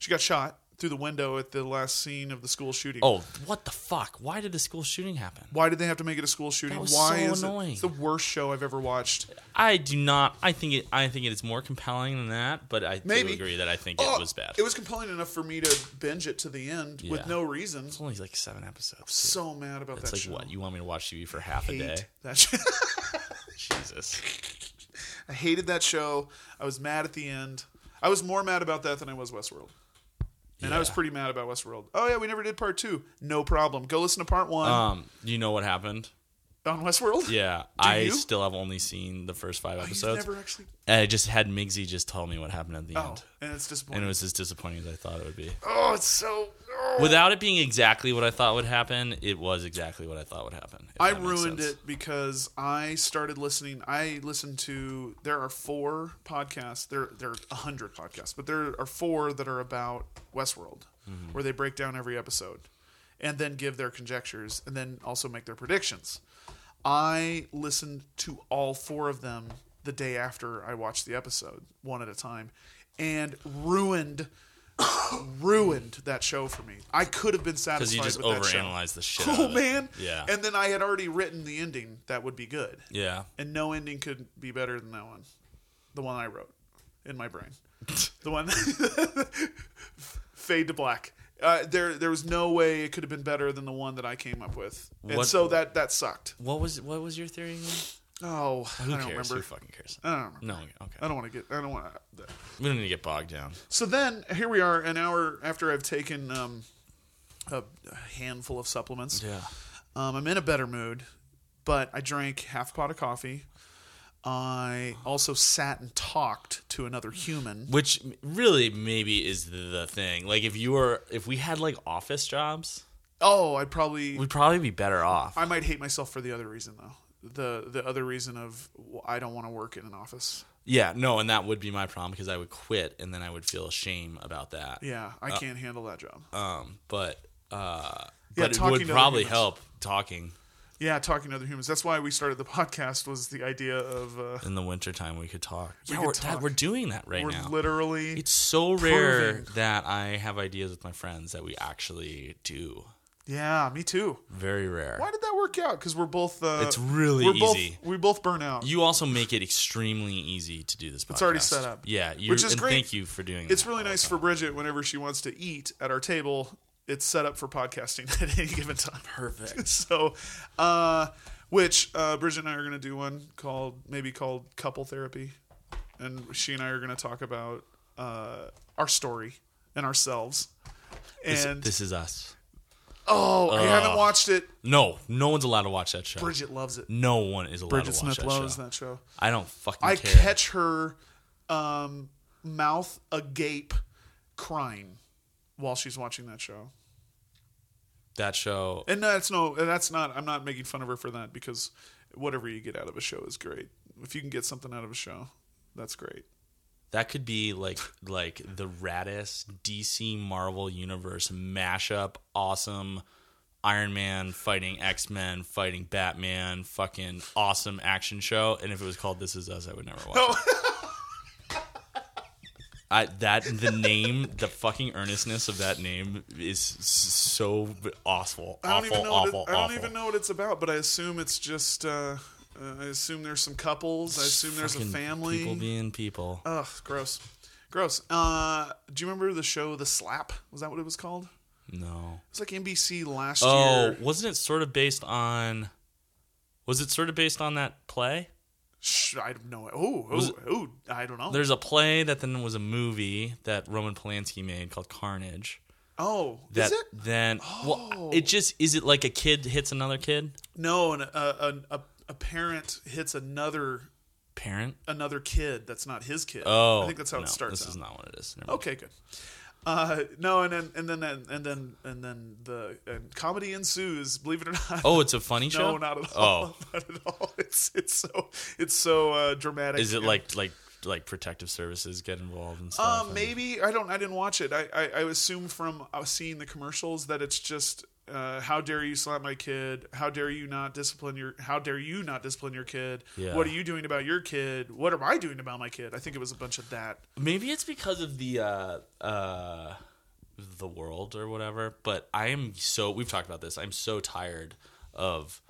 S2: she got shot through the window at the last scene of the school shooting.
S1: Oh, what the fuck? Why did the school shooting happen?
S2: Why did they have to make it a school shooting?
S1: was
S2: Why
S1: so
S2: is
S1: annoying.
S2: it? It's the worst show I've ever watched.
S1: I do not. I think it. I think it is more compelling than that. But I
S2: Maybe.
S1: do agree that I think
S2: Oh,
S1: it was bad.
S2: It was compelling enough for me to binge it to the end
S1: Yeah.
S2: with no reason.
S1: It's only like seven episodes.
S2: So mad about
S1: It's
S2: that
S1: like
S2: show.
S1: what? You want me to watch TV for half a day?
S2: Hate that show.
S1: Jesus.
S2: I hated that show. I was mad at the end. I was more mad about that than I was Westworld. And I was
S1: Yeah.
S2: pretty mad about Westworld. Oh yeah, we never did part two. No problem. Go listen to part one
S1: Um, you know what happened?
S2: on Westworld.
S1: Yeah, I
S2: you? Oh,
S1: still have only seen the first five
S2: You've
S1: episodes.
S2: never actually.
S1: And I just had Migsy just tell me what happened at the
S2: Oh,
S1: end,
S2: and it's
S1: and
S2: disappointing.
S1: it was as disappointing as I thought it would be.
S2: oh, it's so. oh.
S1: Without it being exactly what I thought would happen, it was exactly what I thought would happen. if
S2: I
S1: that makes
S2: ruined
S1: sense.
S2: it because I started listening. I listened to there are four podcasts. There there are a hundred podcasts, but there are four that are about Westworld,
S1: Mm-hmm.
S2: where they break down every episode, and then give their conjectures, and then also make their predictions. I listened to all four of them the day after I watched the episode, one at a time, and ruined. ruined that show for me. I could have been
S1: because
S2: satisfied
S1: you just
S2: with that show
S1: overanalyzed the shit. out
S2: cool
S1: of it.
S2: man
S1: Yeah.
S2: and then i had already written the ending that would be good
S1: yeah.
S2: and no ending could be better than that one the one i wrote in my brain the one fade to black uh, there there was no way it could have been better than the one that i came up with and
S1: What-
S2: so that that sucked
S1: What was what was your theory? Again? Who
S2: oh i
S1: cares?
S2: don't
S1: Who
S2: remember
S1: fucking cares?
S2: i don't remember
S1: No. Okay.
S2: i don't want to get i don't want to
S1: We don't need to get bogged down.
S2: So then here we are, an hour after I've taken um, a a handful of supplements.
S1: Yeah.
S2: Um, I'm in a better mood, but I drank half a pot of coffee. I also sat and talked to another human.
S1: Which really maybe is the thing. Like if you were, if we had like office jobs,
S2: Oh, I probably
S1: we'd probably be better off.
S2: I might hate myself for the other reason though. The the other reason of well, I don't want to work in an office.
S1: Yeah. No, and that would be my problem because I would quit and then I would feel shame about that.
S2: Yeah,
S1: Uh,
S2: I can't handle that job.
S1: Um. But uh.
S2: Yeah,
S1: But it
S2: talking
S1: would
S2: to other
S1: probably
S2: humans.
S1: help talking
S2: Yeah, talking to other humans. That's why we started the podcast was the idea of uh,
S1: in the wintertime. We could talk. yeah,
S2: could
S1: we're,
S2: talk.
S1: That, we're doing that right
S2: we're
S1: now.
S2: literally
S1: It's so rare
S2: Proving.
S1: that I have ideas with my friends that we actually do.
S2: Yeah, me too.
S1: Very rare.
S2: Why did that work out? Because we're both. Uh,
S1: It's really
S2: we're both-
S1: easy.
S2: we both burn out.
S1: You also make it extremely easy to do this podcast. It's
S2: already set up.
S1: Yeah, you
S2: Which is
S1: and
S2: great.
S1: Thank you for doing.
S2: it's
S1: that.
S2: really nice for Bridget whenever she wants to eat at our table. It's set up for podcasting at any given time.
S1: Perfect.
S2: So, uh, which uh, Bridget and I are going to do one called maybe called couple therapy, and she and I are going to talk about uh, our story and ourselves.
S1: This,
S2: And
S1: this is us.
S2: Oh, I haven't watched it.
S1: No, no one's allowed to watch that show.
S2: Bridget loves it.
S1: no one is allowed
S2: Bridget
S1: to watch
S2: Smith
S1: that
S2: loves
S1: show.
S2: that show.
S1: I don't fucking
S2: I
S1: care.
S2: catch her um, mouth agape crying while she's watching that show.
S1: that show.
S2: And that's no, that's not. I'm not making fun of her for that because whatever you get out of a show is great. If you can get something out of a show, that's great.
S1: That could be like like the raddest DC Marvel universe mashup. Awesome Iron Man fighting X Men fighting Batman. Fucking awesome action show. And if it was called This Is Us, I would never watch it. I, that the name, the fucking earnestness of that name is s- so awful,
S2: I don't
S1: awful,
S2: even know.
S1: awful,
S2: what it, I don't
S1: awful.
S2: even know what it's about, but I assume it's just. Uh, uh, I assume there's some couples. I assume there's a
S1: Fucking
S2: family.
S1: People being people.
S2: Ugh, gross, gross. Uh, do you remember the show The Slap? Was that what it was called? It
S1: No.
S2: was like NBC last
S1: Oh,
S2: year.
S1: wasn't it sort of based on? Was it sort of based on that play?
S2: Sh- I don't know. Oh, oh, oh, I don't know.
S1: There's a play that then was a movie that Roman Polanski made called Carnage.
S2: oh,
S1: That
S2: is it? Oh.
S1: then well, it just is it like a kid hits another kid?
S2: No, an, a, a, a, a parent hits another
S1: Parent?
S2: another kid that's not his kid.
S1: Oh,
S2: I think that's how
S1: no,
S2: it starts.
S1: This
S2: out.
S1: is not what it is. Never mind.
S2: Okay, good. Uh, no, and then and then and then and then the and comedy ensues. Believe it or not.
S1: Oh, it's a funny show.
S2: no, not at all.
S1: Oh,
S2: Not at all. It's it's so it's so uh, dramatic.
S1: is it
S2: and-
S1: like like like protective services get involved and stuff?
S2: Um,
S1: and-
S2: maybe I don't. I didn't watch it. I I, I assume from uh, seeing the commercials that it's just. Uh, how dare you slap my kid? How dare you not discipline your? How dare you not discipline your kid?
S1: Yeah.
S2: What are you doing about your kid? What am I doing about my kid? I think it was a bunch of that.
S1: Maybe it's because of the uh, uh, the world or whatever. But I am so we've talked about this. I'm so tired of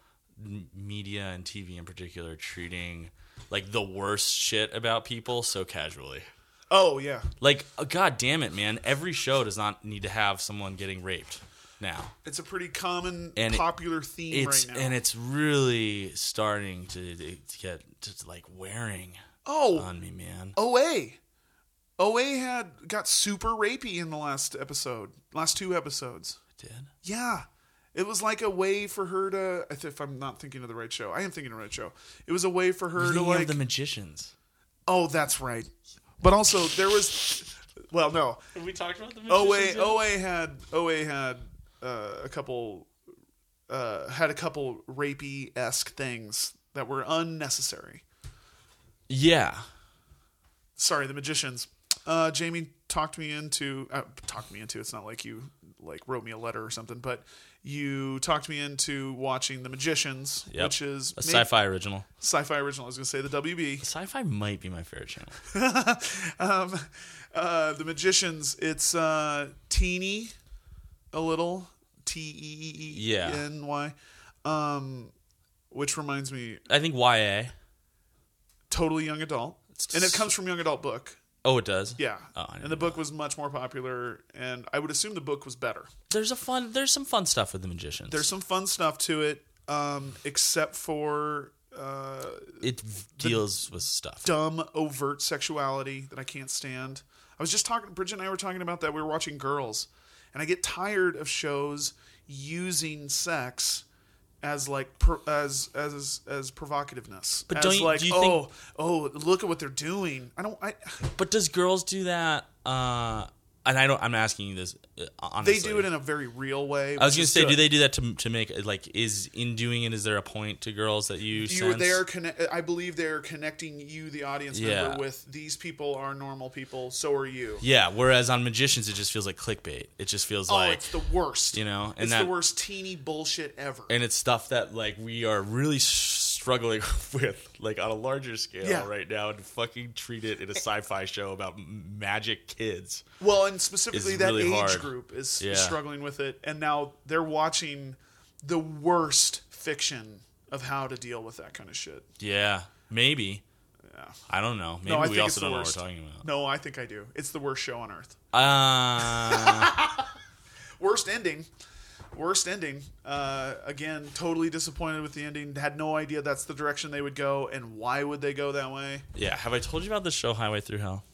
S1: m- media and TV in particular treating like the worst shit about people so casually.
S2: Oh yeah,
S1: Like, uh, god damn it, man! Every show does not need to have someone getting raped now.
S2: it's a pretty common
S1: And it-
S2: popular theme
S1: It's
S2: right now.
S1: and it's really starting to, to get to, like wearing
S2: oh,
S1: on me, man.
S2: OA. OA had got super rapey in the last episode, last two episodes.
S1: Did
S2: Yeah. It was like a way for her to if- if I'm not thinking of the right show. I am thinking of the right show. It was a way for her to
S1: thinking
S2: like
S1: of the magicians?
S2: Oh, that's right. But also there was well, no.
S1: Have we talked about the magicians?
S2: OA OA had OA had uh, a couple uh, had a couple rapey esque things that were unnecessary.
S1: Yeah.
S2: sorry, the magicians. Uh, Jamie talked me into uh, talked me into. It's not like you like wrote me a letter or something, but you talked me into watching the magicians,
S1: Yep.
S2: which is
S1: A
S2: maybe-
S1: sci-fi original.
S2: sci-fi original. I was gonna say the WB.
S1: Sci-fi might be my favorite channel.
S2: Um, uh, the magicians. It's uh, teeny, a little T E E E
S1: Yeah.
S2: N Y, um, which reminds me,
S1: I think YA.
S2: totally young adult,
S1: It's
S2: and it
S1: s-
S2: comes from young adult book.
S1: Oh, it does.
S2: Yeah.
S1: Oh, I
S2: and the book was much more popular, and I would assume the book was better.
S1: There's a fun. There's some fun stuff with the magicians.
S2: There's some fun stuff to it, um, except for uh,
S1: it v- deals with stuff.
S2: dumb, overt sexuality that I can't stand. I was just talking, Bridget and I were talking about that. We were watching Girls, and I get tired of shows using sex. As like pro, as as as provocativeness, but as
S1: don't you-
S2: like
S1: do you
S2: oh
S1: think-
S2: oh look at what they're doing. I don't. I
S1: But does girls do that? Uh, and I don't. I'm asking you this uh, honestly.
S2: they do it in a very real way.
S1: I was gonna say, do they do that to to make like is in doing it? Is there a point to girls that you?
S2: you
S1: sense?
S2: they are connect i believe they're connecting you the audience
S1: Yeah.
S2: member with these people are normal people so are you
S1: Yeah. Whereas on magicians, it just feels like clickbait. It just feels
S2: oh
S1: like
S2: it's the worst
S1: you know, and
S2: it's
S1: that
S2: the worst teeny bullshit ever
S1: and it's stuff that like we are really struggling with like on a larger scale
S2: Yeah.
S1: right now to fucking treat it in a sci-fi show about m- magic kids
S2: well and specifically
S1: is
S2: that
S1: really
S2: age
S1: hard.
S2: group is,
S1: Yeah.
S2: is struggling with it and now they're watching the worst fiction of how to deal with that kind of shit
S1: yeah maybe
S2: Yeah.
S1: i don't know maybe
S2: no i
S1: we also
S2: think it's the
S1: don't know
S2: worst
S1: what we're talking about
S2: no i think i do it's the worst show on earth
S1: uh,
S2: worst ending worst ending uh, again totally disappointed with the ending had no idea that's the direction they would go and why would they go that way
S1: yeah have i told you about the show highway through hell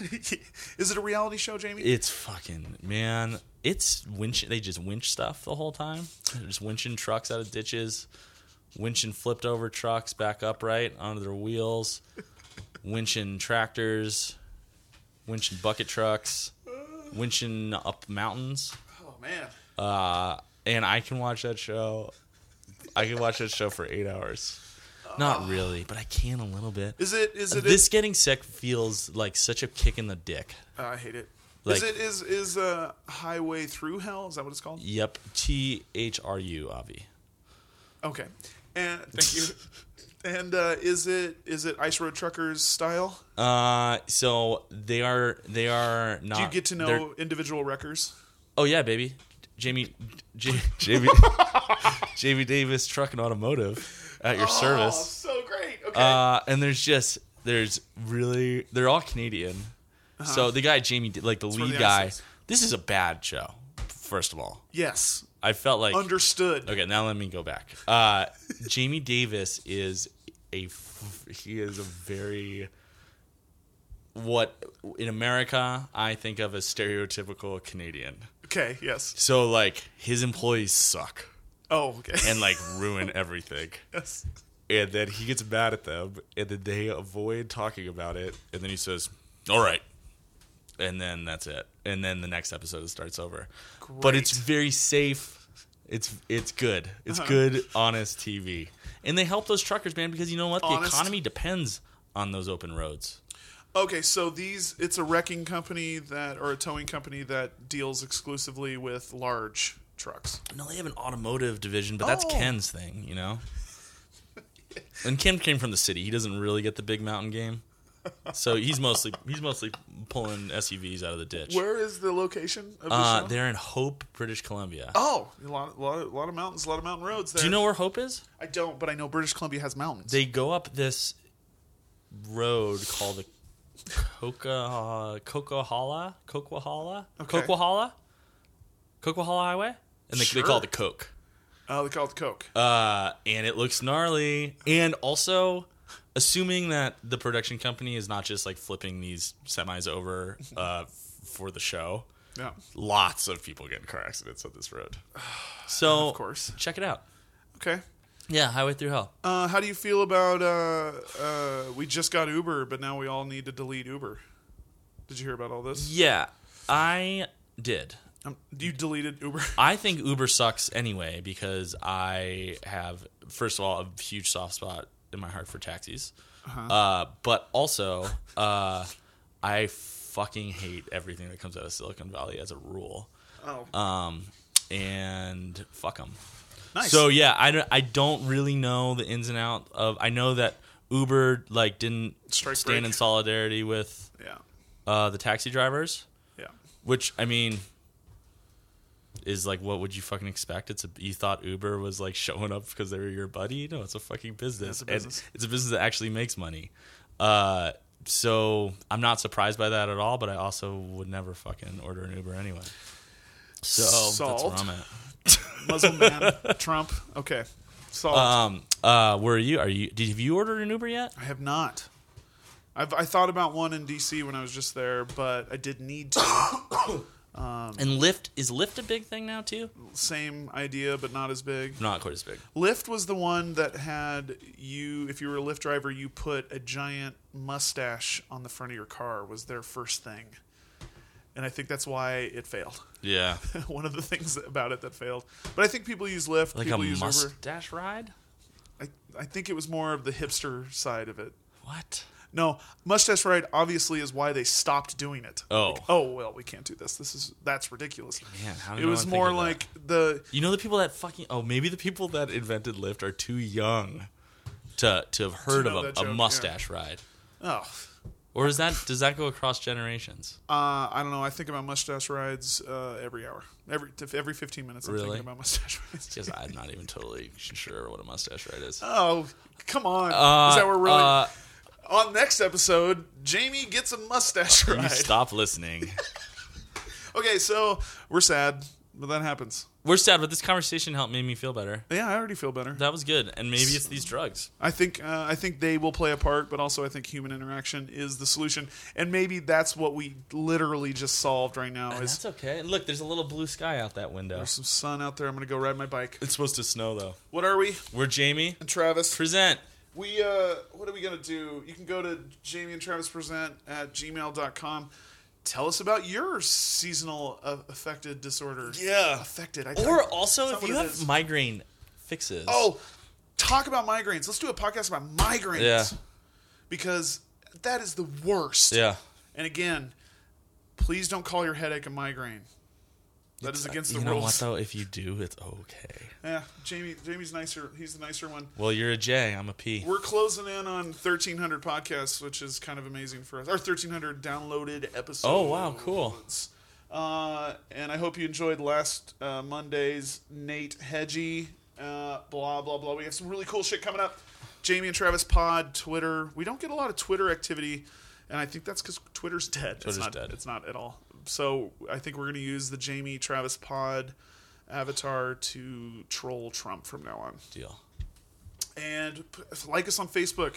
S2: Is it a reality show, Jamie?
S1: It's fucking man. It's winch. They just winch stuff the whole time. They're just winching trucks out of ditches, winching flipped over trucks back upright onto their wheels, winching tractors, winching bucket trucks, winching up mountains.
S2: Oh man.
S1: Uh, and I can watch that show. I can watch that show for eight hours. Not really, but I can a little bit. Uh,
S2: Is it? Is it?
S1: This getting sick feels like such a kick in the dick.
S2: Oh, I hate it. Is
S1: Like-
S2: it is is uh, highway through hell? Is that what it's called?
S1: Yep. T H R U, Avi.
S2: Okay, and thank you. and uh, is it is it ice road truckers style?
S1: Uh, so they are they are not.
S2: Do you get to know
S1: Uh, they're-
S2: individual wreckers?
S1: Oh yeah, baby. Jamie, J, Jamie, Jamie Davis Truck and Automotive at
S2: Oh,
S1: your service.
S2: so great. Okay.
S1: Uh, and there's just there's really they're all Canadian. So the guy Jamie, like the
S2: where
S1: lead
S2: Uh-huh. the
S1: guy,
S2: accents.
S1: this is a bad show. First of all,
S2: yes,
S1: I felt like
S2: understood.
S1: Okay, now let me go back. Uh, Jamie Davis is a f- he is a very what in America I think of as stereotypical Canadian.
S2: Okay. Yes.
S1: So like his employees suck
S2: Oh. Okay.
S1: and like ruin everything.
S2: yes.
S1: And then he gets mad at them and then they avoid talking about it and then he says, "All right." And then that's it. And then the next episode starts over. But it's very safe. It's it's good. It's
S2: Uh-huh.
S1: good, honest TV. And they help those truckers, man, because you know what? The
S2: Honest.
S1: economy depends on those open roads.
S2: Okay, so these it's a wrecking company that or a towing company that deals exclusively with large trucks.
S1: No, they have an automotive division, but that's
S2: Oh.
S1: Ken's thing, you know. and Ken came from the city. He doesn't really get the big mountain game, so he's mostly he's mostly pulling SUVs out of the ditch.
S2: Where is the location of the
S1: uh,
S2: show?
S1: they're in Hope, British Columbia.
S2: Oh, a lot, a lot, of- lot of mountains, a lot of mountain roads. There.
S1: Do you know where Hope is?
S2: I don't, but I know British Columbia has mountains.
S1: They go up this road called the Coca Coquihalla, Coquihalla,
S2: Okay.
S1: Coquihalla, Coquihalla Highway, and they, they call it the Coke.
S2: Oh, they call it Coke.
S1: uh, and it looks gnarly. And also, assuming that the production company is not just like flipping these semis over uh, f- for the show,
S2: yeah,
S1: lots of people get in car accidents on this road. So,
S2: of course.
S1: check it out.
S2: Okay.
S1: Yeah, Highway Through Hell.
S2: Uh, how do you feel about uh, uh, we just got Uber, but now we all need to delete Uber? Did you hear about all this?
S1: Yeah, I did.
S2: Um, you deleted Uber.
S1: I think Uber sucks anyway because I have, first of all, a huge soft spot in my heart for taxis.
S2: Uh-huh.
S1: Uh, but also, uh, I fucking hate everything that comes out of Silicon Valley as a rule.
S2: Oh,
S1: Um, and fuck them.
S2: nice.
S1: So yeah, I don't, I don't really know the ins and out of. I know that Uber like didn't
S2: Strike
S1: stand
S2: break.
S1: in solidarity with
S2: yeah,
S1: uh, the taxi drivers.
S2: yeah.
S1: Which I mean is like what would you fucking expect? It's a you thought Uber was like showing up because they were your buddy? No, it's a fucking business.
S2: It's a
S1: And
S2: business.
S1: it's a business that actually makes money. Uh so I'm not surprised by that at all, but I also would never fucking order an Uber anyway. So that's
S2: Solved.
S1: where I'm at.
S2: Muslim man, Trump. Okay, solved.
S1: Um uh where are you? Are you did have you ordered an Uber yet?
S2: I have not. I've I thought about one in DC when I was just there, but I did need to. Um,
S1: And Lyft is Lyft a big thing now too?
S2: Same idea, but not as big.
S1: Not quite as big.
S2: Lyft was the one that had you, if you were a Lyft driver, you put a giant mustache on the front of your car, was their first thing. And I think that's why it failed.
S1: Yeah.
S2: one of the things about it that failed. But I think people use Lyft,
S1: Like
S2: people
S1: a
S2: use Uber.
S1: mustache ride?
S2: I, I think it was more of the hipster side of it.
S1: What?
S2: No, mustache ride obviously is why they stopped doing it.
S1: Oh.
S2: Like, oh well, we can't do this. This is that's ridiculous.
S1: Man, how did
S2: it
S1: no
S2: was
S1: one think
S2: more
S1: of that?
S2: like the
S1: You know the people that fucking oh maybe the people that invented Lyft are too young to to have heard
S2: know
S1: of a,
S2: that joke,
S1: a
S2: yeah.
S1: mustache ride.
S2: oh,
S1: Or is that does that go across generations?
S2: uh, I don't know. I think about mustache rides uh, every hour, every every fifteen minutes. I'm
S1: Really?
S2: thinking about mustache rides.
S1: Because I'm not even totally sure what a mustache ride is.
S2: Oh, come on!
S1: Uh,
S2: is that where we're really?
S1: uh,
S2: On next episode, Jamie gets a mustache
S1: you
S2: ride.
S1: stop listening.
S2: Okay, so we're sad. but that happens.
S1: We're sad, but this conversation helped made me feel better.
S2: Yeah, I already feel better.
S1: That was good, and maybe it's these drugs.
S2: I think uh, I think they will play a part, but also I think human interaction is the solution, and maybe that's what we literally just solved right now.
S1: And
S2: Is
S1: that's okay. And look, there's a little blue sky out that window.
S2: there's some sun out there? I'm gonna go ride my bike.
S1: It's supposed to snow though.
S2: What are we?
S1: We're Jamie.
S2: And Travis.
S1: Present.
S2: We uh, what are we gonna do? You can go to Jamie and Travis present at gmail.com. Tell us about your seasonal uh, affected disorder.
S1: Yeah.
S2: affected. I
S1: Or
S2: thought-
S1: also,
S2: That's
S1: if
S2: not
S1: you
S2: what it
S1: have
S2: is.
S1: migraine fixes.
S2: Oh, talk about migraines. Let's do a podcast about migraines.
S1: Yeah.
S2: Because that is the worst.
S1: yeah.
S2: And again, please don't call your headache a migraine. That is against the
S1: uh, you know what
S2: rules.
S1: though? If you do, it's okay.
S2: yeah, Jamie. Jamie's nicer. He's the nicer one.
S1: Well, you're a J. I'm a P.
S2: We're closing in on 1,300 podcasts, which is kind of amazing for us. Our 1,300 downloaded episodes.
S1: Oh, wow, cool.
S2: Uh, and I hope you enjoyed last uh, Monday's Nate Hedgie. Uh, blah blah blah. We have some really cool shit coming up. Jamie and Travis Pod Twitter. We don't get a lot of Twitter activity, and I think that's because Twitter's dead.
S1: Twitter's
S2: it's not,
S1: dead.
S2: It's not at all. So I think we're going to use the Jamie Travis Pod avatar to troll Trump from now on.
S1: Deal.
S2: And p- like us on Facebook.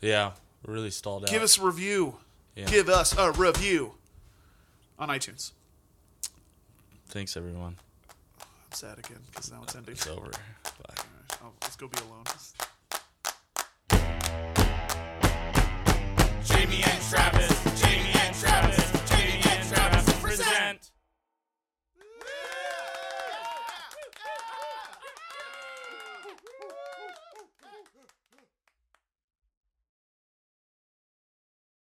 S1: Yeah. We're really stalled out.
S2: Give us a review.
S1: Yeah.
S2: Give us a review on iTunes.
S1: Thanks, everyone.
S2: I'm sad again because now it's ending.
S1: It's over. Bye.
S2: Oh, let's go be alone.